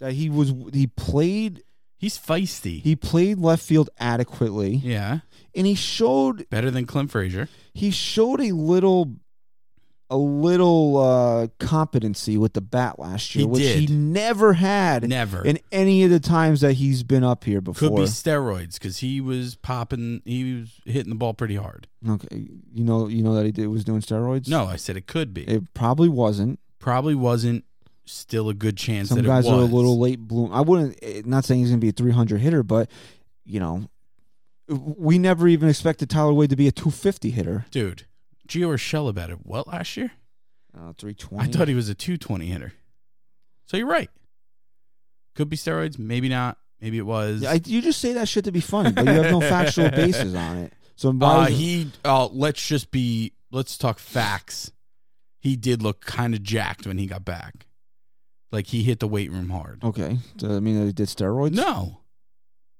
Speaker 2: That he was he played
Speaker 3: He's feisty.
Speaker 2: he played left field adequately,
Speaker 3: yeah.
Speaker 2: and he showed
Speaker 3: Better than Clint Frazier.
Speaker 2: he showed a little a little uh, competency with the bat last year,
Speaker 3: He
Speaker 2: which
Speaker 3: did.
Speaker 2: he never had
Speaker 3: Never.
Speaker 2: in any of the times that he's been up here
Speaker 3: Could
Speaker 2: before.
Speaker 3: be steroids because he was popping, he was hitting the ball pretty hard.
Speaker 2: okay, you know, you know that he did, was doing steroids.
Speaker 3: No, I said it could be.
Speaker 2: it probably wasn't.
Speaker 3: Probably wasn't still a good chance
Speaker 2: Some
Speaker 3: that
Speaker 2: guys
Speaker 3: it
Speaker 2: are a
Speaker 3: was.
Speaker 2: little late bloom. I wouldn't. eh, Not saying he's going to be a 300 hitter, but you know, we never even expected Tyler Wade to be a 250 hitter.
Speaker 3: Dude, Gio Urshela about it. What last year?
Speaker 2: Uh,
Speaker 3: I
Speaker 2: 320.
Speaker 3: thought he was a 220 hitter. So you're right. Could be steroids, maybe not. Maybe it was.
Speaker 2: Yeah, I, you just say that shit to be funny, but you have no factual basis on it. So
Speaker 3: uh,
Speaker 2: why was it-
Speaker 3: he uh, let's just be let's talk facts. He did look kind of jacked when he got back. Like he hit the weight room hard.
Speaker 2: Okay. Does that mean that he did steroids?
Speaker 3: No.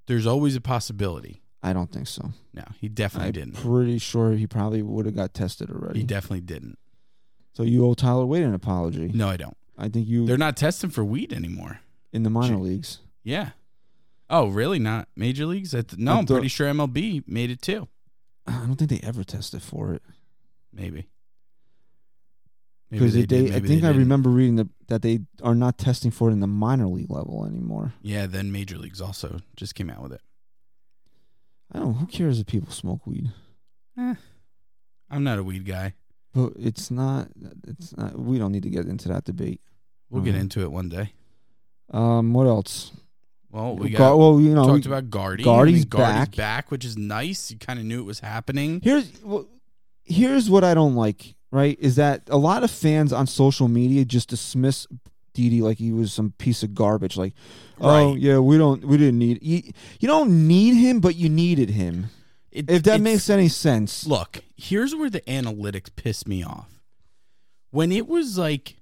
Speaker 3: There's always a possibility.
Speaker 2: I don't think so.
Speaker 3: No, he definitely
Speaker 2: I'm
Speaker 3: didn't.
Speaker 2: pretty sure he probably would have got tested already.
Speaker 3: He definitely didn't.
Speaker 2: so you owe Tyler Wade an apology.
Speaker 3: No, I don't.
Speaker 2: I think you
Speaker 3: They're not testing for weed anymore.
Speaker 2: in the minor leagues.
Speaker 3: Yeah. Oh, really? Not major leagues? I th- no,
Speaker 2: I
Speaker 3: I'm
Speaker 2: thought-
Speaker 3: pretty sure MLB made it too.
Speaker 2: I don't think they ever tested for it
Speaker 3: Maybe. Maybe
Speaker 2: because they, I
Speaker 3: did, maybe
Speaker 2: think
Speaker 3: they
Speaker 2: I
Speaker 3: didn't.
Speaker 2: remember reading the, that they are not testing for it in the minor league level anymore.
Speaker 3: Yeah, then major leagues also just came out with it.
Speaker 2: I don't. Who cares if people smoke weed?
Speaker 3: I'm not a weed guy.
Speaker 2: But it's not. It's not. We don't need to get into that debate.
Speaker 3: We'll get
Speaker 2: Mhm.
Speaker 3: into it one day.
Speaker 2: Um. What else?
Speaker 3: Well, we
Speaker 2: Gar-
Speaker 3: got
Speaker 2: well, you know,
Speaker 3: talked
Speaker 2: we-
Speaker 3: about Guardy.
Speaker 2: Guardy's
Speaker 3: Guardy's
Speaker 2: back.
Speaker 3: which is nice. You kind of knew it was happening.
Speaker 2: Here's well, here's what I don't like. Right, is that a lot of fans on social media just dismiss Didi like he was some piece of garbage. Like, oh
Speaker 3: Right.
Speaker 2: yeah, we don't, we didn't need you. You don't need him, but you needed him.
Speaker 3: It-
Speaker 2: If that
Speaker 3: it's-
Speaker 2: makes any sense.
Speaker 3: look, here's where the analytics piss me off. When it was like,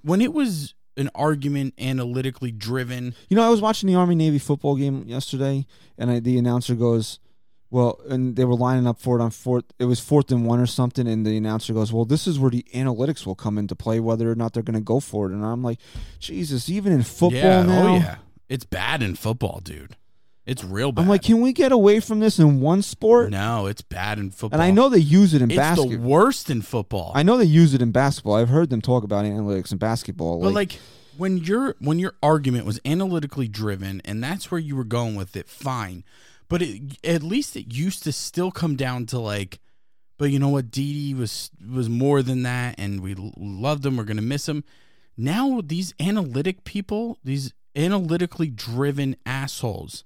Speaker 3: when it was an argument analytically driven,
Speaker 2: You know, I was watching the Army Navy football game yesterday, and I, the announcer goes, "Well," and they were lining up for it on fourth. It was fourth and one or something, and the announcer goes, "Well, this is where the analytics will come into play, whether or not they're going to go for it." And I'm like, Jesus, even in football
Speaker 3: yeah,
Speaker 2: now.
Speaker 3: oh yeah, it's bad in football, dude. It's real bad.
Speaker 2: I'm like, can we get away from this in one sport?
Speaker 3: no, it's bad in football.
Speaker 2: and I know they use it in
Speaker 3: it's the
Speaker 2: basketball.
Speaker 3: worst in football.
Speaker 2: I know they use it in basketball. I've heard them talk about analytics in basketball.
Speaker 3: But like when your when your argument was analytically driven and that's where you were going with it, fine. But it, at least it used to still come down to like, but you know what, Didi was was more than that, and we l- loved him. We're gonna miss him. Now these analytic people, these analytically driven assholes,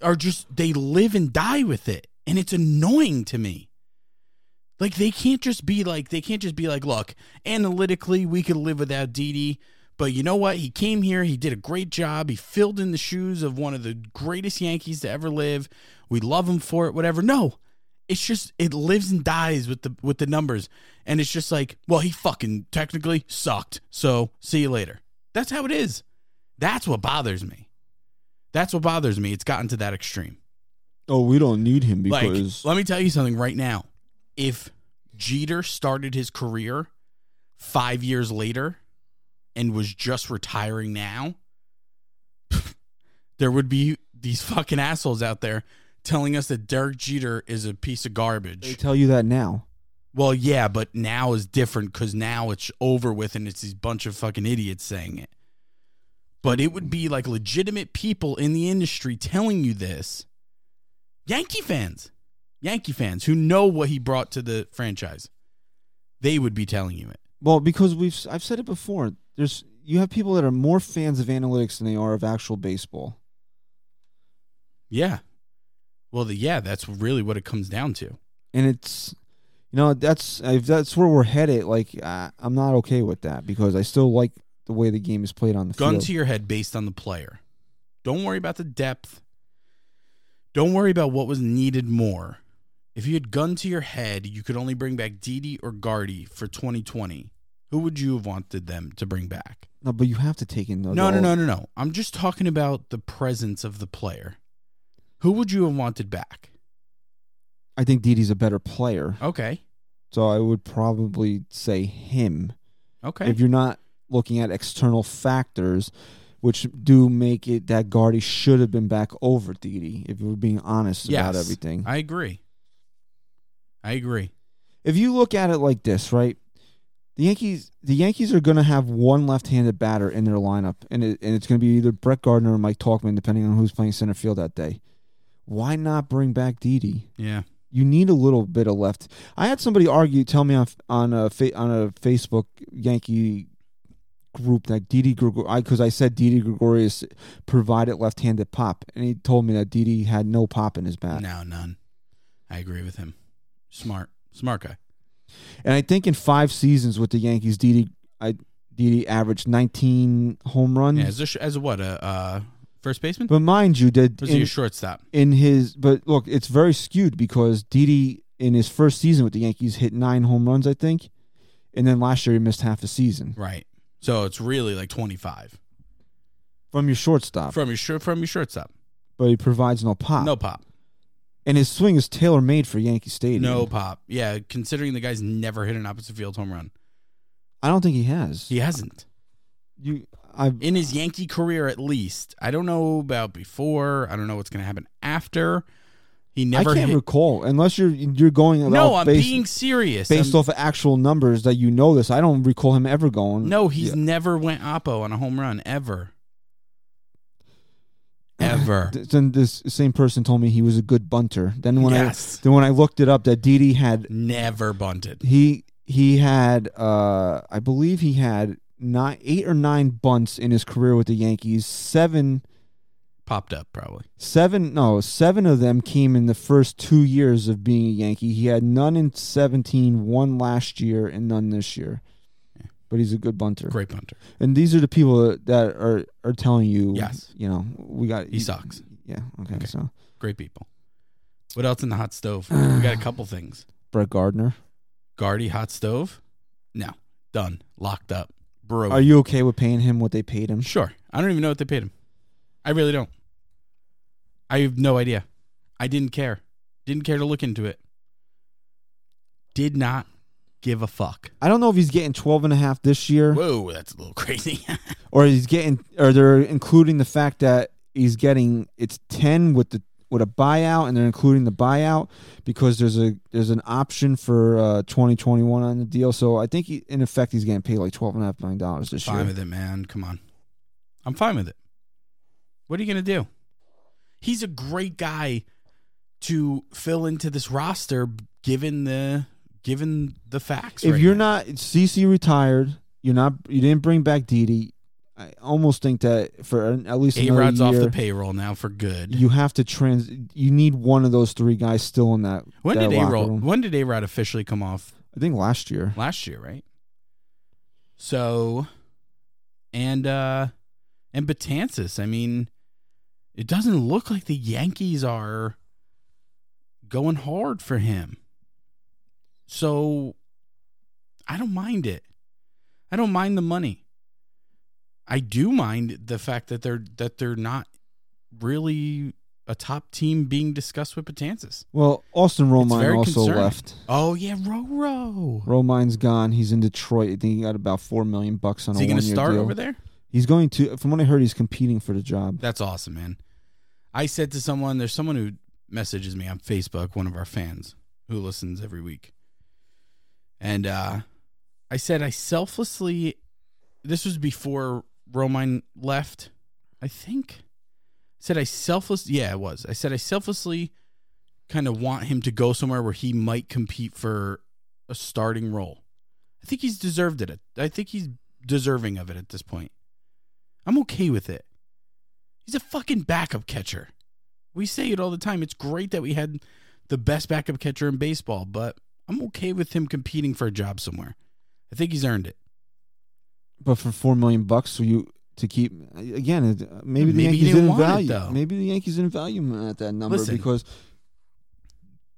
Speaker 3: are just they live and die with it, and it's annoying to me. Like they can't just be like they can't just be like, look, analytically we could live without Didi, but you know what? He came here, he did a great job, he filled in the shoes of one of the greatest Yankees to ever live. We love him for it, whatever. No. It's just it lives and dies with the with the numbers. And it's just like, well, he fucking technically sucked. So see you later. That's how it is. That's what bothers me. That's what bothers me. It's gotten to that extreme.
Speaker 2: oh, we don't need him
Speaker 3: Like,
Speaker 2: because
Speaker 3: let me tell you something right now. If Jeter started his career five years later and was just retiring now, there would be these fucking assholes out there telling us that Derek Jeter is a piece of
Speaker 2: they
Speaker 3: garbage.
Speaker 2: tell you that now.
Speaker 3: Well, yeah, but now is different because now it's over with and it's these bunch of fucking idiots saying it. But it would be like legitimate people in the industry telling you this. Yankee fans, Yankee fans who know what he brought to the franchise, they would be telling you it.
Speaker 2: Well, because we've I've said it before. There's you have people that are more fans of analytics than they are of actual baseball.
Speaker 3: Yeah. Well, the, yeah, that's really what it comes down to.
Speaker 2: And it's you know, that's if that's where we're headed, like uh, I'm not okay with that because I still like the way the game is played on the
Speaker 3: Gun
Speaker 2: field.
Speaker 3: to your head based on the player. Don't worry about the depth. Don't worry about what was needed more. If you had gun to your head, you could only bring back Didi or Guardy for 2020. Who would you have wanted them to bring back?
Speaker 2: No, but you have to take in.
Speaker 3: No, no, no, no, no. I'm just talking about the presence of the player. Who would you have wanted back?
Speaker 2: I think Didi's a better player,
Speaker 3: Okay.
Speaker 2: so I would probably say him.
Speaker 3: Okay.
Speaker 2: If you're not looking at external factors, which do make it that Guardy should have been back over Didi, if we're being honest about
Speaker 3: Yes.
Speaker 2: everything.
Speaker 3: I agree. I agree.
Speaker 2: if you look at it like this, right? The Yankees, the Yankees are going to have one left-handed batter in their lineup, and it, and it's going to be either Brett Gardner or Mike Talkman, depending on who's playing center field that day. Why not bring back Didi?
Speaker 3: Yeah.
Speaker 2: You need a little bit of left. I had somebody argue, tell me on on a fa- on a Facebook Yankee group that Didi Gregorius, because I said Didi Gregorius provided left-handed pop, and he told me that Didi had no pop in his bat.
Speaker 3: No, none. I agree with him. Smart. Smart guy.
Speaker 2: And I think in five seasons with the Yankees, Didi, I Didi averaged 19 home runs.
Speaker 3: Yeah, as a, sh- as a what? A uh, first baseman?
Speaker 2: But mind you, that
Speaker 3: Was he a
Speaker 2: in,
Speaker 3: shortstop?
Speaker 2: in his but look, it's very skewed because Didi in his first season with the Yankees hit nine home runs, I think, and then last year he missed half a season
Speaker 3: Right. So it's really like 25
Speaker 2: from your shortstop,
Speaker 3: from your short from your shortstop.
Speaker 2: but he provides no pop.
Speaker 3: No pop.
Speaker 2: and his swing is tailor made for Yankee Stadium.
Speaker 3: No pop. Yeah, considering the guy's never hit an opposite field home run.
Speaker 2: I don't think he has.
Speaker 3: He hasn't.
Speaker 2: you, I
Speaker 3: In his Yankee career at least. I don't know about before. I don't know what's going to happen after. He
Speaker 2: I
Speaker 3: never
Speaker 2: can't
Speaker 3: hit
Speaker 2: recall unless you're you're going
Speaker 3: No,
Speaker 2: off
Speaker 3: I'm
Speaker 2: base-
Speaker 3: being serious.
Speaker 2: based
Speaker 3: I'm-
Speaker 2: off of actual numbers that you know this. I don't recall him ever going.
Speaker 3: Um, No, he's
Speaker 2: Yeah.
Speaker 3: never went oppo on a home run ever. Ever.
Speaker 2: Th- Then this same person told me he was a good bunter. Then when
Speaker 3: Yes.
Speaker 2: I then when I looked it up, that Didi had
Speaker 3: never bunted.
Speaker 2: he he had uh I believe he had nine eight or nine bunts in his career with the Yankees. Seven
Speaker 3: Popped up probably.
Speaker 2: seven no seven of them came in the first two years of being a Yankee. He had none in 17, one last year, and none this year. But he's a good bunter.
Speaker 3: Great bunter.
Speaker 2: And these are the people that- that are are telling you,
Speaker 3: Yes.
Speaker 2: you know, we got
Speaker 3: He sucks.
Speaker 2: Yeah. Okay.
Speaker 3: Okay.
Speaker 2: So
Speaker 3: Great people. What else in the hot stove? we got a couple things.
Speaker 2: Brett Gardner,
Speaker 3: Guardy hot stove? No. Done. Locked up. Bro.
Speaker 2: are you okay with paying him what they paid him?
Speaker 3: Sure. I don't even know what they paid him. I really don't. I have no idea. I didn't care. Didn't care to look into it. Did not give a fuck.
Speaker 2: I don't know if he's getting 12 and a half this year
Speaker 3: Whoa, that's a little crazy.
Speaker 2: or he's getting or they're including the fact that he's getting it's 10 with the with a buyout and they're including the buyout because there's a there's an option for uh 2021 on the deal. So I think he, in effect he's getting paid like 12 and a half million dollars this
Speaker 3: fine
Speaker 2: year.
Speaker 3: with it, man. Come on. I'm fine with it. What are you going to do? He's a great guy to fill into this roster given the given the facts.
Speaker 2: If
Speaker 3: right
Speaker 2: you're
Speaker 3: now.
Speaker 2: not CC retired, you're not you didn't bring back Didi. I almost think that for an- at least another
Speaker 3: A-Rod's off
Speaker 2: year,
Speaker 3: the payroll now for good.
Speaker 2: you have to trans. You need one of those three guys still in that.
Speaker 3: when
Speaker 2: that
Speaker 3: did
Speaker 2: locker
Speaker 3: A-Rod
Speaker 2: room.
Speaker 3: when did A-Rod officially come off
Speaker 2: I think last year.
Speaker 3: last year, right? So, and uh and Batansis. I mean, it doesn't look like the Yankees are going hard for him. So, I don't mind it. I don't mind the money. I do mind the fact that they're that they're not really a top team being discussed with Batansis.
Speaker 2: Well, Austin
Speaker 3: very
Speaker 2: Romine also
Speaker 3: concerning.
Speaker 2: left.
Speaker 3: Oh yeah, Roro.
Speaker 2: Romine's gone. He's in Detroit. I think he got about four million bucks on
Speaker 3: Is
Speaker 2: a
Speaker 3: he going to
Speaker 2: one-year
Speaker 3: start
Speaker 2: deal.
Speaker 3: over there?
Speaker 2: He's going to. From what I heard, he's competing for the job.
Speaker 3: That's awesome, man. I said to someone, there's someone who messages me on Facebook, one of our fans who listens every week. And uh, I said, I selflessly, this was before Romine left, I think. said, I selfless, yeah, it was. I said, I selflessly kind of want him to go somewhere where he might compete for a starting role. I think he's deserved it. I think he's deserving of it at this point. I'm okay with it. He's a fucking backup catcher. We say it all the time. It's great that we had the best backup catcher in baseball, but I'm okay with him competing for a job somewhere. I think he's earned it.
Speaker 2: But for four million bucks, so you to keep again. it- Maybe the
Speaker 3: Maybe he
Speaker 2: Yankees
Speaker 3: didn't
Speaker 2: didn't
Speaker 3: want it,
Speaker 2: value.
Speaker 3: though.
Speaker 2: maybe the Yankees didn't value him at that number
Speaker 3: Listen.
Speaker 2: because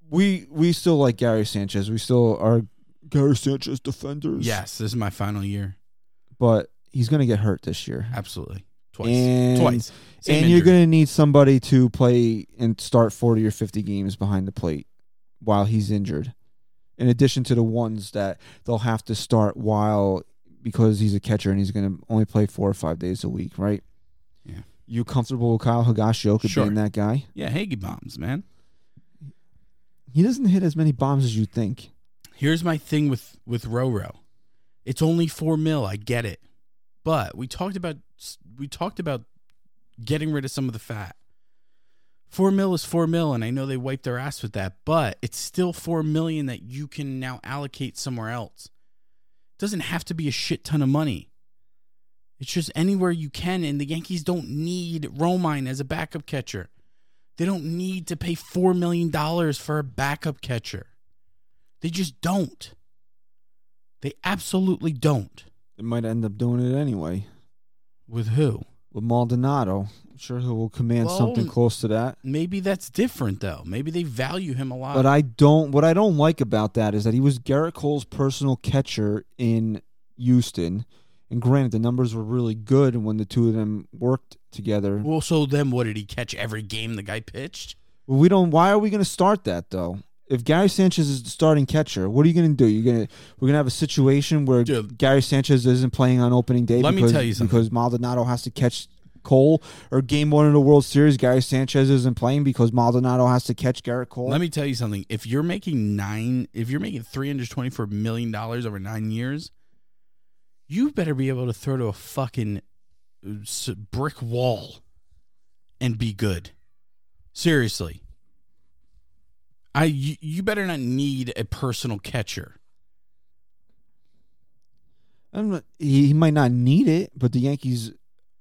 Speaker 2: we we still like Gary Sanchez. We still are Gary Sanchez defenders.
Speaker 3: Yes, this is my final year.
Speaker 2: but he's gonna get hurt this year.
Speaker 3: Absolutely. Twice.
Speaker 2: And-
Speaker 3: Twice. Same
Speaker 2: and you're
Speaker 3: injury.
Speaker 2: going to need somebody to play and start 40 or 50 games behind the plate while he's injured. In addition to the ones that they'll have to start while because he's a catcher and he's going to only play 4 or 5 days a week, right?
Speaker 3: Yeah.
Speaker 2: You comfortable with Kyle Higashioka
Speaker 3: Sure.
Speaker 2: being that guy?
Speaker 3: Yeah, Hagee bombs, man.
Speaker 2: He doesn't hit as many bombs as you think.
Speaker 3: Here's my thing with with Roro. It's only four mil. I get it, but we talked about we talked about getting rid of some of the fat. Four mil is four mil, and I know they wiped their ass with that, but it's still four million that you can now allocate somewhere else. It doesn't have to be a shit ton of money. It's just anywhere you can, and the Yankees don't need Romine as a backup catcher. They don't need to pay four million dollars for a backup catcher. They just don't. They absolutely don't.
Speaker 2: They might end up doing it anyway.
Speaker 3: With who?
Speaker 2: With Maldonado, I'm sure he will command
Speaker 3: Well,
Speaker 2: something close to that.
Speaker 3: Maybe that's different though. Maybe they value him a lot.
Speaker 2: But I don't. What I don't like about that is that he was Garrett Cole's personal catcher in Houston, and granted, the numbers were really good when the two of them worked together.
Speaker 3: well, so then what did he catch every game the guy pitched?
Speaker 2: Well, we don't. Why are we going to start that though? If Gary Sanchez is the starting catcher, what are you going to do? You're going to we're going to have a situation where
Speaker 3: Dude.
Speaker 2: Gary Sanchez isn't playing on opening day
Speaker 3: Let me
Speaker 2: because,
Speaker 3: tell you something.
Speaker 2: because Maldonado has to catch Cole or game one of the World Series. Gary Sanchez isn't playing because Maldonado has to catch Garrett Cole.
Speaker 3: Let me tell you something. If you're making nine, if you're making three hundred twenty-four million dollars over nine years, you better be able to throw to a fucking uh, s- brick wall and be good. Seriously, I you, you better not need a personal catcher.
Speaker 2: I'm not, he, he might not need it, but the Yankees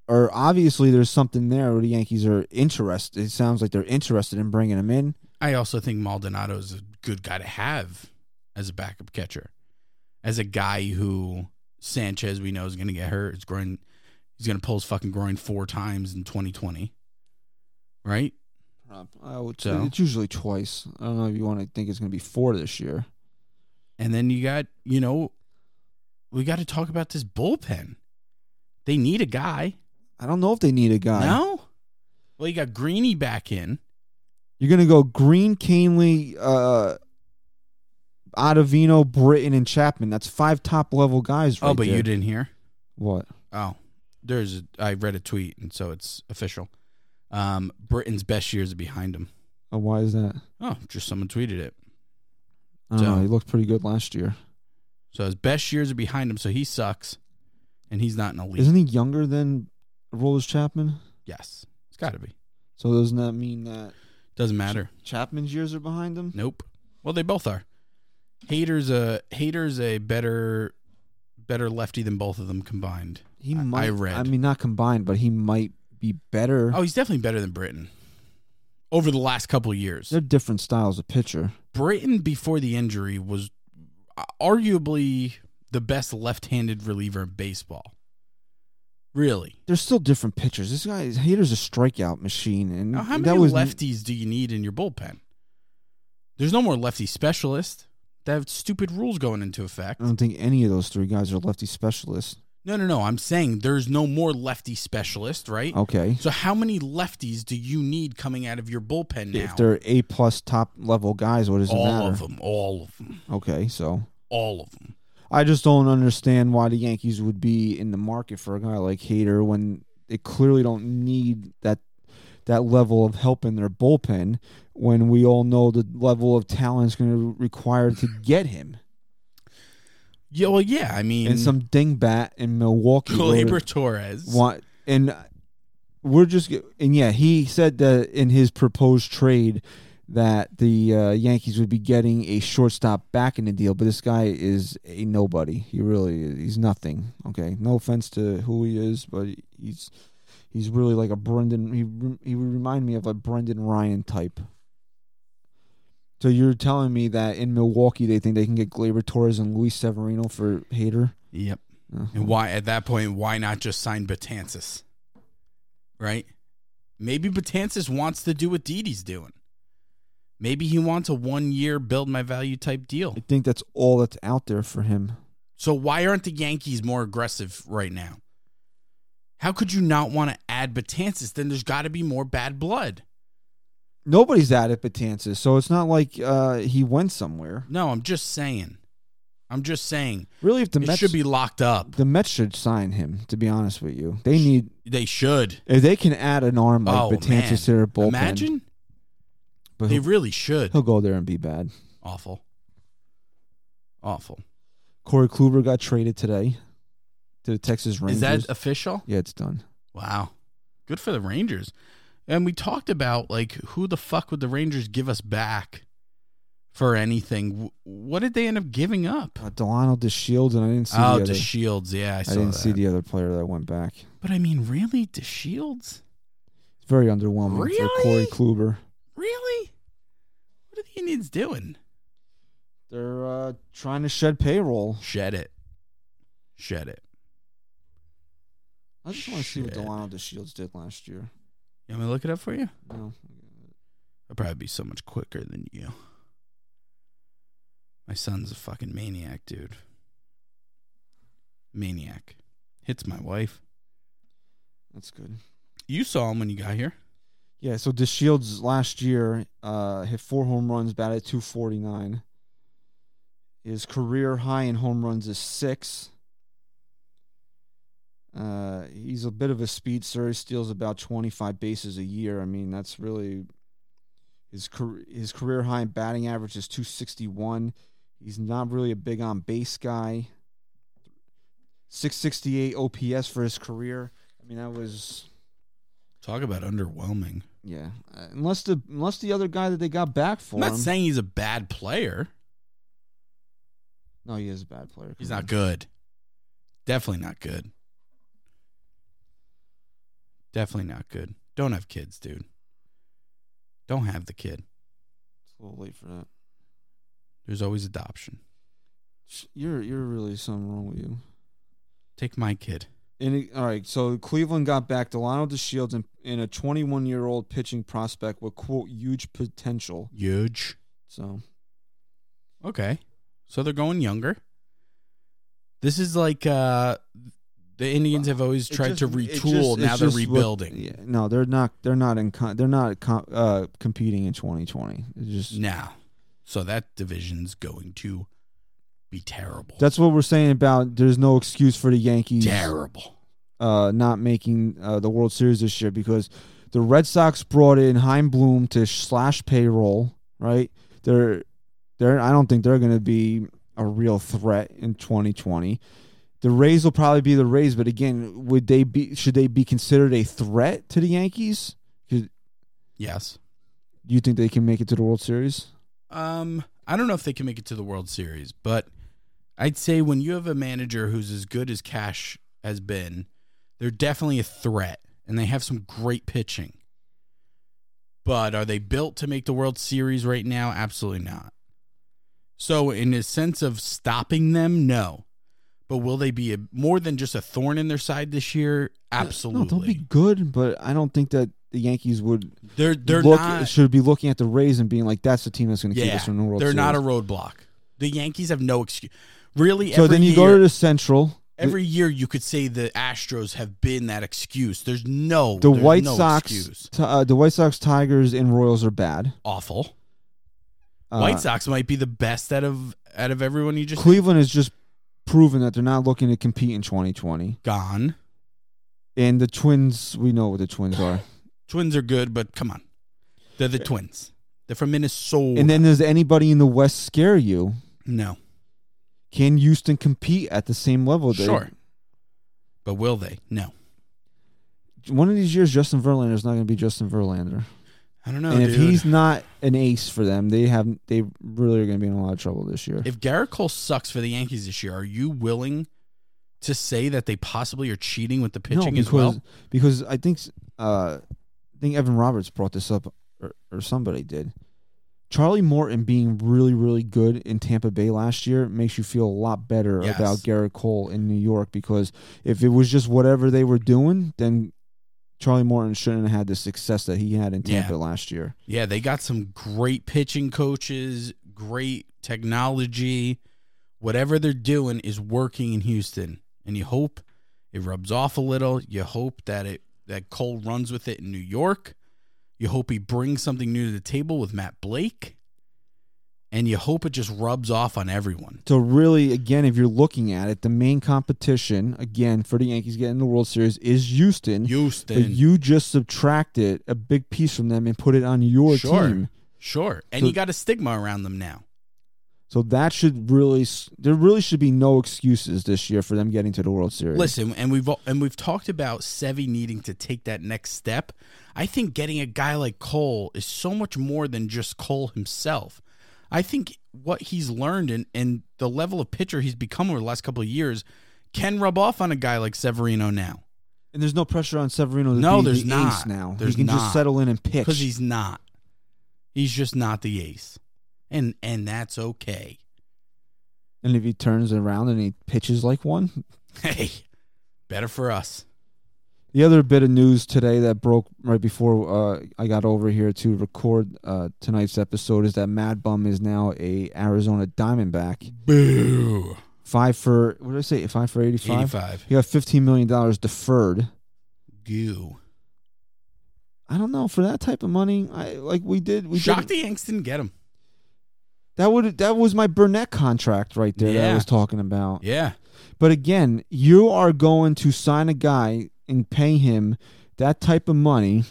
Speaker 2: are obviously there's something there where the Yankees are interested. It sounds like they're interested in bringing him in.
Speaker 3: I also think Maldonado is a good guy to have as a backup catcher, as a guy who Sanchez we know is going to get hurt. It's groin, he's going to pull his fucking groin four times in 2020, right?
Speaker 2: Uh, I would
Speaker 3: say- So?
Speaker 2: It's usually twice. I don't know if you want to think it's going to be four this year.
Speaker 3: And then you got you know, we got to talk about this bullpen. They need a guy.
Speaker 2: I don't know if they need a guy.
Speaker 3: No, well you got Greeny back in.
Speaker 2: You're going to go Green, Canley, uh, Ottavino, Britton, and Chapman. That's five top level guys. Right
Speaker 3: oh, but
Speaker 2: there.
Speaker 3: you didn't hear.
Speaker 2: what?
Speaker 3: Oh, there's a, I read a tweet and so it's official. Um, Britain's best years are behind him.
Speaker 2: Oh, why is that?
Speaker 3: Oh, just someone tweeted it.
Speaker 2: I don't
Speaker 3: So-
Speaker 2: know. He looked pretty good last year.
Speaker 3: So his best years are behind him, so he sucks, and he's not in the league.
Speaker 2: Isn't he younger than Rollers Chapman?
Speaker 3: yes, it's got to be.
Speaker 2: So doesn't that mean that
Speaker 3: Doesn't matter.
Speaker 2: Chapman's years are behind him.
Speaker 3: Nope. Well, they both are. Hater's a hater's a better better lefty than both of them combined.
Speaker 2: He
Speaker 3: I- I
Speaker 2: might. I,
Speaker 3: read.
Speaker 2: mean, not combined, but he might be better.
Speaker 3: Oh, he's definitely better than Britain over the last couple of years.
Speaker 2: They're different styles of pitcher.
Speaker 3: Britain before the injury was uh, arguably the best left-handed reliever in baseball. Really.
Speaker 2: They're still different pitchers. This guy, Hater's a strikeout machine, and
Speaker 3: Now, Oh, how
Speaker 2: that
Speaker 3: many
Speaker 2: was
Speaker 3: lefties do you need in your bullpen? There's no more lefty specialists. They have stupid rules going into effect.
Speaker 2: I don't think any of those three guys are lefty specialists.
Speaker 3: No, no, no. I'm saying there's no more lefty specialist, right?
Speaker 2: Okay,
Speaker 3: So how many lefties do you need coming out of your bullpen now?
Speaker 2: if they're A plus top level guys, what does it
Speaker 3: all
Speaker 2: matter?
Speaker 3: of them, all of them,
Speaker 2: Okay, so
Speaker 3: all of them.
Speaker 2: I just don't understand why the Yankees would be in the market for a guy like Hater when they clearly don't need that that level of help in their bullpen when we all know the level of talent is going to require to get him.
Speaker 3: Yeah, well, yeah. I mean,
Speaker 2: And some dingbat in Milwaukee wrote
Speaker 3: Gleyber
Speaker 2: it-
Speaker 3: Torres.
Speaker 2: want and we're just g- and yeah, he said that in his proposed trade that the uh, Yankees would be getting a shortstop back in the deal, but this guy is a nobody. He really is. he's nothing. Okay, no offense to who he is, but he's he's really like a Brendan. He rem- he would remind me of a Brendan Ryan type. So you're telling me that in Milwaukee they think they can get Gleyber Torres and Luis Severino for Hater?
Speaker 3: Yep.
Speaker 2: Uh-huh.
Speaker 3: And why at that point, why not just sign Batansis? Right? Maybe Batansis wants to do what Didi's doing. Maybe he wants a one year build my value type deal.
Speaker 2: I think that's all that's out there for him.
Speaker 3: So why aren't the Yankees more aggressive right now? How could you not want to add Batansis? Then there's got to be more bad blood.
Speaker 2: Nobody's at it, Batances, so it's not like uh, he went somewhere.
Speaker 3: No, I'm just saying. I'm just saying.
Speaker 2: Really, if the
Speaker 3: it
Speaker 2: Mets
Speaker 3: should be locked up.
Speaker 2: the Mets should sign him. To be honest with you, they need
Speaker 3: They should.
Speaker 2: if they can add an arm like
Speaker 3: oh, man.
Speaker 2: Batances to their bullpen. Uh-huh.
Speaker 3: Imagine.
Speaker 2: but
Speaker 3: They
Speaker 2: he'll,
Speaker 3: really should.
Speaker 2: he'll go there and be bad.
Speaker 3: Awful. Awful.
Speaker 2: Corey Kluber got traded today to the Texas Rangers.
Speaker 3: Is that official?
Speaker 2: yeah, it's done.
Speaker 3: Wow. Good for the Rangers. And we talked about like who the fuck would the Rangers give us back for anything? W- What did they end up giving up?
Speaker 2: Uh, Delano DeShields, and I didn't see
Speaker 3: oh,
Speaker 2: the other.
Speaker 3: the Shields. Yeah, I
Speaker 2: I
Speaker 3: saw
Speaker 2: didn't
Speaker 3: that.
Speaker 2: see the other player that went back.
Speaker 3: but I mean, really, the Shields?
Speaker 2: It's very underwhelming for Corey
Speaker 3: Really?
Speaker 2: Kluber.
Speaker 3: Really? What are the Indians doing?
Speaker 2: They're uh, trying to shed payroll.
Speaker 3: Shed it. Shed it.
Speaker 2: I just want to see what
Speaker 3: Shit.
Speaker 2: Delano DeShields did last year.
Speaker 3: You want me to look it up for you?
Speaker 2: No.
Speaker 3: I'll probably be so much quicker than you. My son's a fucking maniac, dude. Maniac. Hits my wife.
Speaker 2: That's good.
Speaker 3: You saw him when you got here.
Speaker 2: Yeah, so DeShields last year uh, hit four home runs, batted 249. His career high in home runs is six. Uh, he's a bit of a speedster. He steals about 25 bases a year. I mean, that's really his career, his career high in batting average is 261. He's not really a big on base guy. 668 OPS for his career. I mean, that was
Speaker 3: Talk about underwhelming.
Speaker 2: yeah, uh, unless the unless the other guy that they got back for
Speaker 3: I'm not
Speaker 2: him.
Speaker 3: saying he's a bad player.
Speaker 2: no, he is a bad player.
Speaker 3: He's not good. Definitely not good. Definitely not good. Don't have kids, dude. Don't have the kid.
Speaker 2: It's a little late for that.
Speaker 3: There's always adoption.
Speaker 2: Sh- You're you're really something wrong with you.
Speaker 3: Take my kid.
Speaker 2: And it- all right, so Cleveland got back Delano DeShields and, and a 21 year old pitching prospect with quote huge potential.
Speaker 3: Huge.
Speaker 2: So
Speaker 3: Okay. So they're going younger. This is like uh the Indians have always
Speaker 2: It
Speaker 3: tried
Speaker 2: just-
Speaker 3: to
Speaker 2: it just-
Speaker 3: retool.
Speaker 2: it's
Speaker 3: now they're
Speaker 2: just what-
Speaker 3: rebuilding.
Speaker 2: yeah, no, they're not. They're not in. Con, they're not com, uh, competing in 2020. It's just
Speaker 3: now. So that division's going to be terrible.
Speaker 2: that's what we're saying about. There's no excuse for the Yankees.
Speaker 3: terrible.
Speaker 2: uh, not making uh, the World Series this year because the Red Sox brought in Heim Bloom to slash payroll. Right? They're they're I don't think they're going to be a real threat in 2020. The Rays will probably be the Rays, but again, would they be? Should they be considered a threat to the Yankees?
Speaker 3: Yes.
Speaker 2: Do you think they can make it to the World Series?
Speaker 3: Um I don't know if they can make it to the World Series, but I'd say when you have a manager who's as good as Cash has been, they're definitely a threat and they have some great pitching. But are they built to make the World Series right now? Absolutely not. So, in a sense of stopping them, no. But will they be a, more than just a thorn in their side this year? Absolutely.
Speaker 2: Uh, No, they'll be good, but I don't think that the Yankees would
Speaker 3: they're they're
Speaker 2: look
Speaker 3: not.
Speaker 2: should be looking at the Rays and being like, "That's the team that's going to keep
Speaker 3: Yeah,
Speaker 2: us from the World
Speaker 3: they're
Speaker 2: Series."
Speaker 3: not a roadblock. The Yankees have no excuse. Really,
Speaker 2: so
Speaker 3: every
Speaker 2: then you
Speaker 3: year,
Speaker 2: go to the Central. The-
Speaker 3: every year you could say the Astros have been that excuse. There's no
Speaker 2: the
Speaker 3: there's
Speaker 2: White
Speaker 3: no
Speaker 2: Sox,
Speaker 3: excuse.
Speaker 2: t- uh, the White Sox, Tigers, and Royals are bad.
Speaker 3: awful.
Speaker 2: Uh,
Speaker 3: White Sox might be the best out of out of everyone you just
Speaker 2: Cleveland has just proven that they're not looking to compete in 2020.
Speaker 3: gone.
Speaker 2: And the Twins, we know what the Twins are.
Speaker 3: Twins are good, but come on, they're the Twins. They're from Minnesota.
Speaker 2: and then does anybody in the West scare you?
Speaker 3: no,
Speaker 2: Can Houston compete at the same level? They-
Speaker 3: sure, but will they? No,
Speaker 2: One of these years, Justin Verlander is not going to be Justin Verlander.
Speaker 3: I don't know,
Speaker 2: and if
Speaker 3: dude.
Speaker 2: he's not an ace for them, they have they really are going to be in a lot of trouble this year.
Speaker 3: if Garrett Cole sucks for the Yankees this year, are you willing to say that they possibly are cheating with the pitching
Speaker 2: no, because,
Speaker 3: as well?
Speaker 2: Because I think uh, I think Evan Roberts brought this up, or, or somebody did. Charlie Morton being really, really good in Tampa Bay last year makes you feel a lot better
Speaker 3: Yes.
Speaker 2: about Garrett Cole in New York because if it was just whatever they were doing, then Charlie Morton shouldn't have had the success that he had in
Speaker 3: Yeah.
Speaker 2: Tampa last year.
Speaker 3: Yeah, they got some great pitching coaches, great technology. Whatever they're doing is working in Houston, and you hope it rubs off a little. You hope that it that Cole runs with it in New York. You hope he brings something new to the table with Matt Blake, and you hope it just rubs off on everyone.
Speaker 2: So really, again, if you're looking at it, the main competition again for the Yankees getting the World Series is Houston.
Speaker 3: Houston,
Speaker 2: But you just subtracted a big piece from them and put it on your
Speaker 3: Sure.
Speaker 2: team.
Speaker 3: sure, and
Speaker 2: So-
Speaker 3: you got a stigma around them now.
Speaker 2: So that should really, s- there really should be no excuses this year for them getting to the World Series.
Speaker 3: Listen, and we've and we've talked about Sevy needing to take that next step. I think getting a guy like Cole is so much more than just Cole himself. I think what he's learned and and the level of pitcher he's become over the last couple of years can rub off on a guy like Severino now
Speaker 2: and there's no pressure on Severino to
Speaker 3: No,
Speaker 2: be
Speaker 3: there's
Speaker 2: the
Speaker 3: not.
Speaker 2: ace now.
Speaker 3: There's
Speaker 2: he can
Speaker 3: not.
Speaker 2: just settle in and pitch.
Speaker 3: because he's not. He's just not the ace, and and that's okay.
Speaker 2: and if he turns around and he pitches like one,
Speaker 3: Hey, better for us.
Speaker 2: The other bit of news today that broke right before uh, I got over here to record uh, tonight's episode is that Mad Bum is now a Arizona Diamondback.
Speaker 3: Boo.
Speaker 2: Five for what did I say? Five for eighty-five.
Speaker 3: Eighty-five.
Speaker 2: He got fifteen million dollars deferred.
Speaker 3: Goo.
Speaker 2: I don't know for that type of money. I like we did. We
Speaker 3: Shocked
Speaker 2: did,
Speaker 3: the Yanks didn't get him.
Speaker 2: that would that was my Burnett contract right there that I
Speaker 3: Yeah.
Speaker 2: was talking about.
Speaker 3: Yeah.
Speaker 2: But again, you are going to sign a guy and pay him that type of money,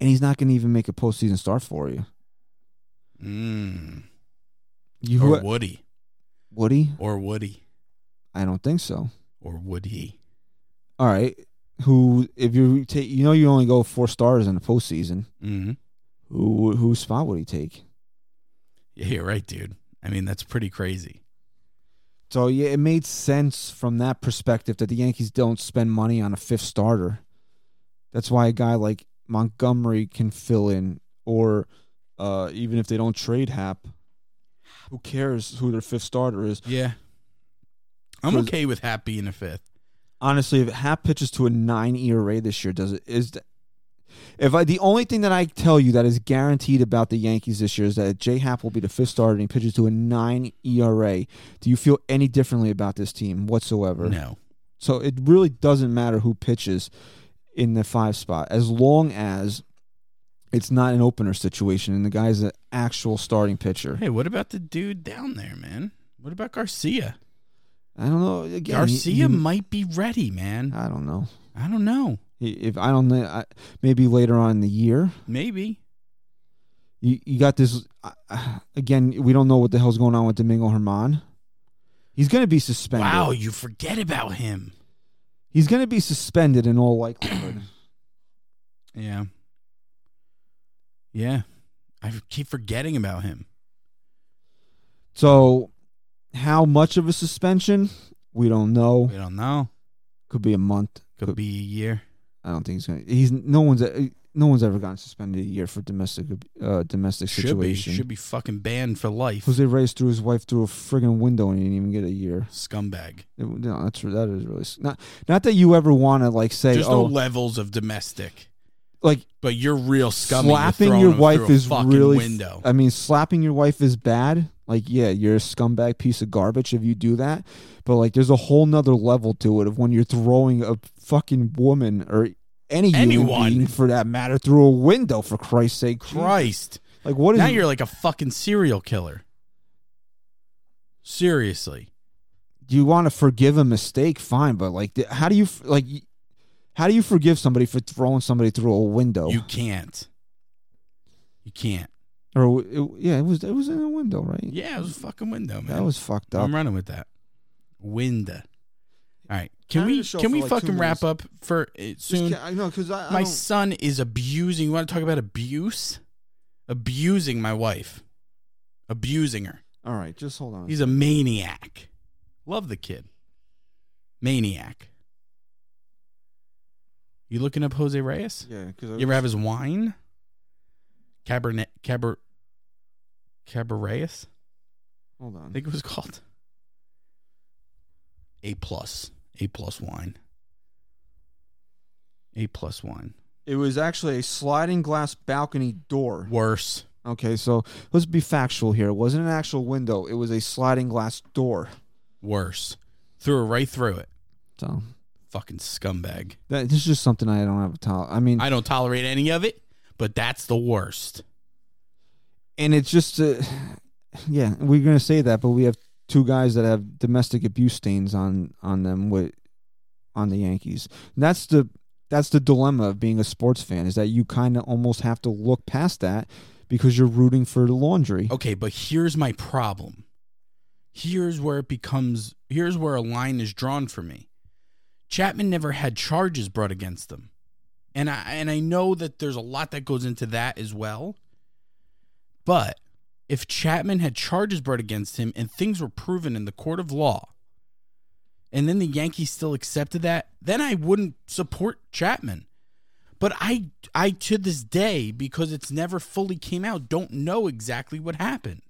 Speaker 2: and he's not going to even make a postseason start for you.
Speaker 3: Mm.
Speaker 2: You
Speaker 3: or Woody
Speaker 2: Woody?
Speaker 3: or Woody
Speaker 2: I don't think so.
Speaker 3: or would he?
Speaker 2: All right. Who, if you take, you know, you only go four stars in the postseason.
Speaker 3: Mm-hmm.
Speaker 2: Who, whose spot would he take?
Speaker 3: Yeah, you're right, dude. I mean, that's pretty crazy.
Speaker 2: So yeah, it made sense from that perspective that the Yankees don't spend money on a fifth starter. That's why a guy like Montgomery can fill in, or uh, even if they don't trade Hap, who cares who their fifth starter is?
Speaker 3: Yeah, I'm
Speaker 2: Cause-
Speaker 3: okay with Hap being a fifth.
Speaker 2: honestly, if Hap pitches to a nine ERA this year, does it is th- if I the only thing that I tell you that is guaranteed about the Yankees this year is that J Hap will be the fifth starter and he pitches to a nine ERA. Do you feel any differently about this team whatsoever?
Speaker 3: No,
Speaker 2: So it really doesn't matter who pitches in the five spot as long as it's not an opener situation and the guy's an actual starting pitcher.
Speaker 3: Hey, what about the dude down there, man? What about Garcia?
Speaker 2: I don't know. Again, he-
Speaker 3: Garcia
Speaker 2: he-
Speaker 3: might be ready, man.
Speaker 2: I don't know.
Speaker 3: I don't know.
Speaker 2: He- If I don't know, I, maybe later on in the year.
Speaker 3: Maybe.
Speaker 2: you, you got this I- I- again. We don't know what the hell's going on with Domingo Herman. He's going to be suspended.
Speaker 3: Wow, you forget about him.
Speaker 2: He's going to be suspended in all likelihood.
Speaker 3: Yeah. Yeah. I keep forgetting about him.
Speaker 2: so, how much of a suspension? We don't know.
Speaker 3: We don't know.
Speaker 2: Could be a month.
Speaker 3: Could be a year.
Speaker 2: I don't think he's going. to He's no one's no one's ever gotten suspended a year for domestic uh, domestic
Speaker 3: Should be.
Speaker 2: situation.
Speaker 3: Should be fucking banned for life.
Speaker 2: Jose Reyes threw his wife through a friggin' window and he didn't even get a year.
Speaker 3: Scumbag.
Speaker 2: It- no, that's that is really s- not not that you ever want to like say
Speaker 3: There's
Speaker 2: oh
Speaker 3: no levels of domestic,
Speaker 2: like
Speaker 3: but you're real scummy. You're
Speaker 2: slapping
Speaker 3: throwing
Speaker 2: your
Speaker 3: them
Speaker 2: wife
Speaker 3: through a
Speaker 2: is
Speaker 3: fucking
Speaker 2: really
Speaker 3: window.
Speaker 2: I mean, slapping your wife is bad. Like, yeah, you're a scumbag piece of garbage if you do that. But like, there's a whole nother level to it of when you're throwing a fucking woman or any human
Speaker 3: Anyone.
Speaker 2: being, for that matter through a window. For Christ's sake,
Speaker 3: Christ!
Speaker 2: like what is
Speaker 3: Now you're like a fucking serial killer. Seriously,
Speaker 2: do you want to forgive a mistake? Fine, but like, th- how do you f- like? y- How do you forgive somebody for throwing somebody through a window?
Speaker 3: you can't. You can't.
Speaker 2: or w- it- yeah, it was it was in a window, right?
Speaker 3: Yeah, it was a fucking window, man.
Speaker 2: that was fucked up.
Speaker 3: I'm running with that. Window. All right.
Speaker 2: How
Speaker 3: Can
Speaker 2: did
Speaker 3: we
Speaker 2: the show
Speaker 3: can
Speaker 2: for
Speaker 3: we
Speaker 2: like two
Speaker 3: fucking wrap up for uh,
Speaker 2: Just
Speaker 3: soon?
Speaker 2: ca- I know because I, I
Speaker 3: My
Speaker 2: don't-
Speaker 3: son is abusing. You want to talk about abuse? Abusing my wife. Abusing her.
Speaker 2: all right, just hold on.
Speaker 3: He's a maniac. Love the kid. Maniac. You looking up Jose Reyes?
Speaker 2: Yeah, because
Speaker 3: You ever have his wine? Cabernet Caber Cabarreyes?
Speaker 2: Hold
Speaker 3: I
Speaker 2: on.
Speaker 3: think it was called. A plus. A plus wine. A plus wine.
Speaker 2: It was actually a sliding glass balcony door.
Speaker 3: Worse.
Speaker 2: Okay, so let's be factual here. It wasn't an actual window, it was a sliding glass door.
Speaker 3: Worse. Threw her right through it.
Speaker 2: So
Speaker 3: Fucking scumbag.
Speaker 2: that this is just something I don't have a tol- I mean,
Speaker 3: I don't tolerate any of it, but that's the worst.
Speaker 2: and it's just, uh, yeah, we're gonna say that, but we have two guys that have domestic abuse stains on on them with on the Yankees. And that's the that's the dilemma of being a sports fan is that you kind of almost have to look past that because you're rooting for the laundry.
Speaker 3: Okay, but here's my problem. Here's where it becomes here's where a line is drawn for me. Chapman never had charges brought against them. And I and I know that there's a lot that goes into that as well. But if Chapman had charges brought against him and things were proven in the court of law, and then the Yankees still accepted that, then I wouldn't support Chapman. But I I to this day because it's never fully came out don't know exactly what happened.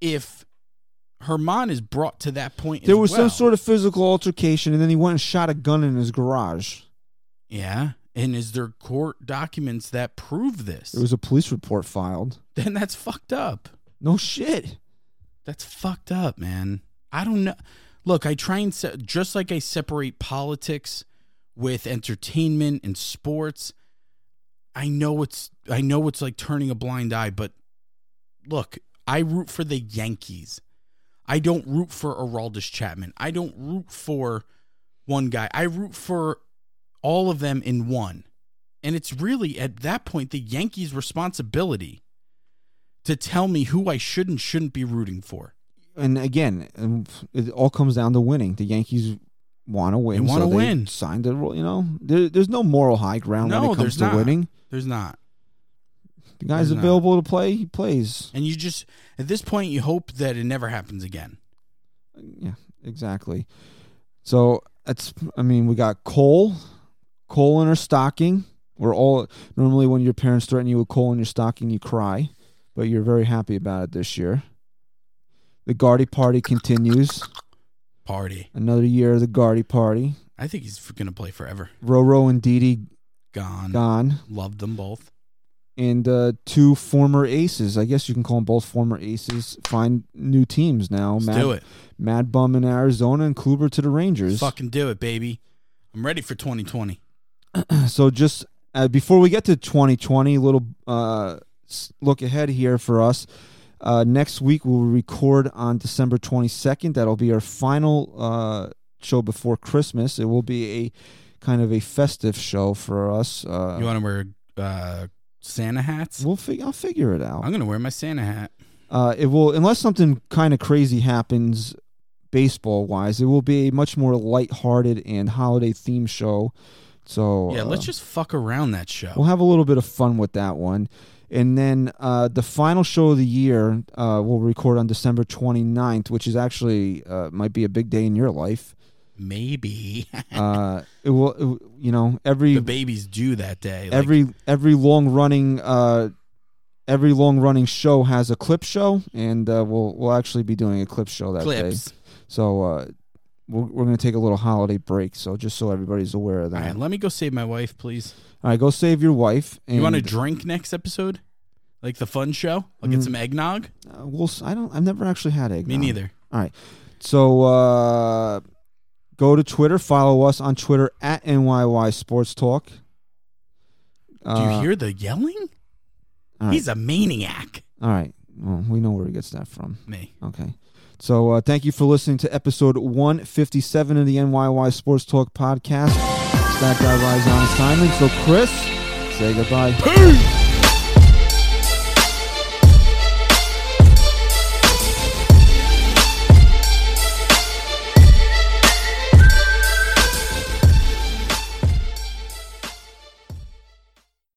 Speaker 3: If Herman is brought to that point
Speaker 2: There
Speaker 3: as
Speaker 2: was
Speaker 3: well.
Speaker 2: some sort of physical altercation, and then he went and shot a gun in his garage.
Speaker 3: Yeah. And is there court documents that prove this?
Speaker 2: There was a police report filed.
Speaker 3: then that's fucked up.
Speaker 2: No shit.
Speaker 3: That's fucked up, man. I don't know. Look, I try and se- just like I separate politics with entertainment and sports. I know it's I know it's like turning a blind eye, but look, I root for the Yankees. I don't root for Araldus Chapman. I don't root for one guy. I root for all of them in one. And it's really at that point the Yankees' responsibility to tell me who I should and shouldn't be rooting for.
Speaker 2: And again, um, it all comes down to winning. The Yankees want to win.
Speaker 3: They wanna
Speaker 2: so
Speaker 3: win.
Speaker 2: Signed the rule. You know, there, there's no moral high ground
Speaker 3: No,
Speaker 2: when it comes
Speaker 3: there's
Speaker 2: to
Speaker 3: not.
Speaker 2: winning.
Speaker 3: There's not.
Speaker 2: The guy's
Speaker 3: There's not.
Speaker 2: available to play. He plays.
Speaker 3: And you just at this point you hope that it never happens again.
Speaker 2: Yeah, exactly. So that's. I mean, we got coal, coal in her stocking. We're all normally when your parents threaten you with coal in your stocking, you cry, but you're very happy about it this year. The Guardy party continues.
Speaker 3: Party.
Speaker 2: Another year of the Guardy party.
Speaker 3: I think he's gonna play forever.
Speaker 2: Roro and Didi
Speaker 3: Gone.
Speaker 2: gone,
Speaker 3: Love them both.
Speaker 2: and uh, two former aces. I guess you can call them both former aces. Find new teams now.
Speaker 3: Let's
Speaker 2: Mad,
Speaker 3: do it.
Speaker 2: Mad Bum in Arizona and Kluber to the Rangers.
Speaker 3: Fucking do it, baby. I'm ready for 2020.
Speaker 2: So just uh, before we get to 2020, a little uh, s- look ahead here for us. Uh, next week we'll record on December 22nd. That'll be our final uh, show before Christmas. It will be a kind of a festive show for us. Uh,
Speaker 3: You want to wear uh, Santa hats?
Speaker 2: we'll fig- I'll figure it out.
Speaker 3: I'm gonna wear my Santa hat.
Speaker 2: Uh, it will, unless something kind of crazy happens, baseball wise, it will be a much more lighthearted and holiday themed show. So
Speaker 3: Yeah, let's
Speaker 2: uh,
Speaker 3: just fuck around that show.
Speaker 2: we'll have a little bit of fun with that one. And then uh, the final show of the year uh, we'll record on December 29th, which is actually uh, might be a big day in your life.
Speaker 3: Maybe
Speaker 2: Uh, it will, it will- you know, every
Speaker 3: the baby's due that day. Like,
Speaker 2: every every long running uh every long running show has a clip show and uh, we'll we'll actually be doing a clip show that day
Speaker 3: clips.
Speaker 2: so uh we're, we're gonna take a little holiday break so just so everybody's aware of that
Speaker 3: All right, let me go save my wife, please.
Speaker 2: All right, go save your wife and
Speaker 3: You want to drink next episode? Like the fun show? I'll
Speaker 2: Mm.
Speaker 3: get some eggnog?
Speaker 2: uh, we'll s- i don't i've never actually had egg
Speaker 3: Me neither.
Speaker 2: all right so uh go to twitter follow us on twitter at nyy sports talk
Speaker 3: Do you hear the yelling?
Speaker 2: Uh, all right.
Speaker 3: He's a maniac.
Speaker 2: Uh, all right well we know where he gets that from
Speaker 3: Me.
Speaker 2: Okay. So uh, thank you for listening to episode 157 of the NYY Sports Talk podcast. It's that guy Rise on Simon. So Chris, say goodbye.
Speaker 3: Peace!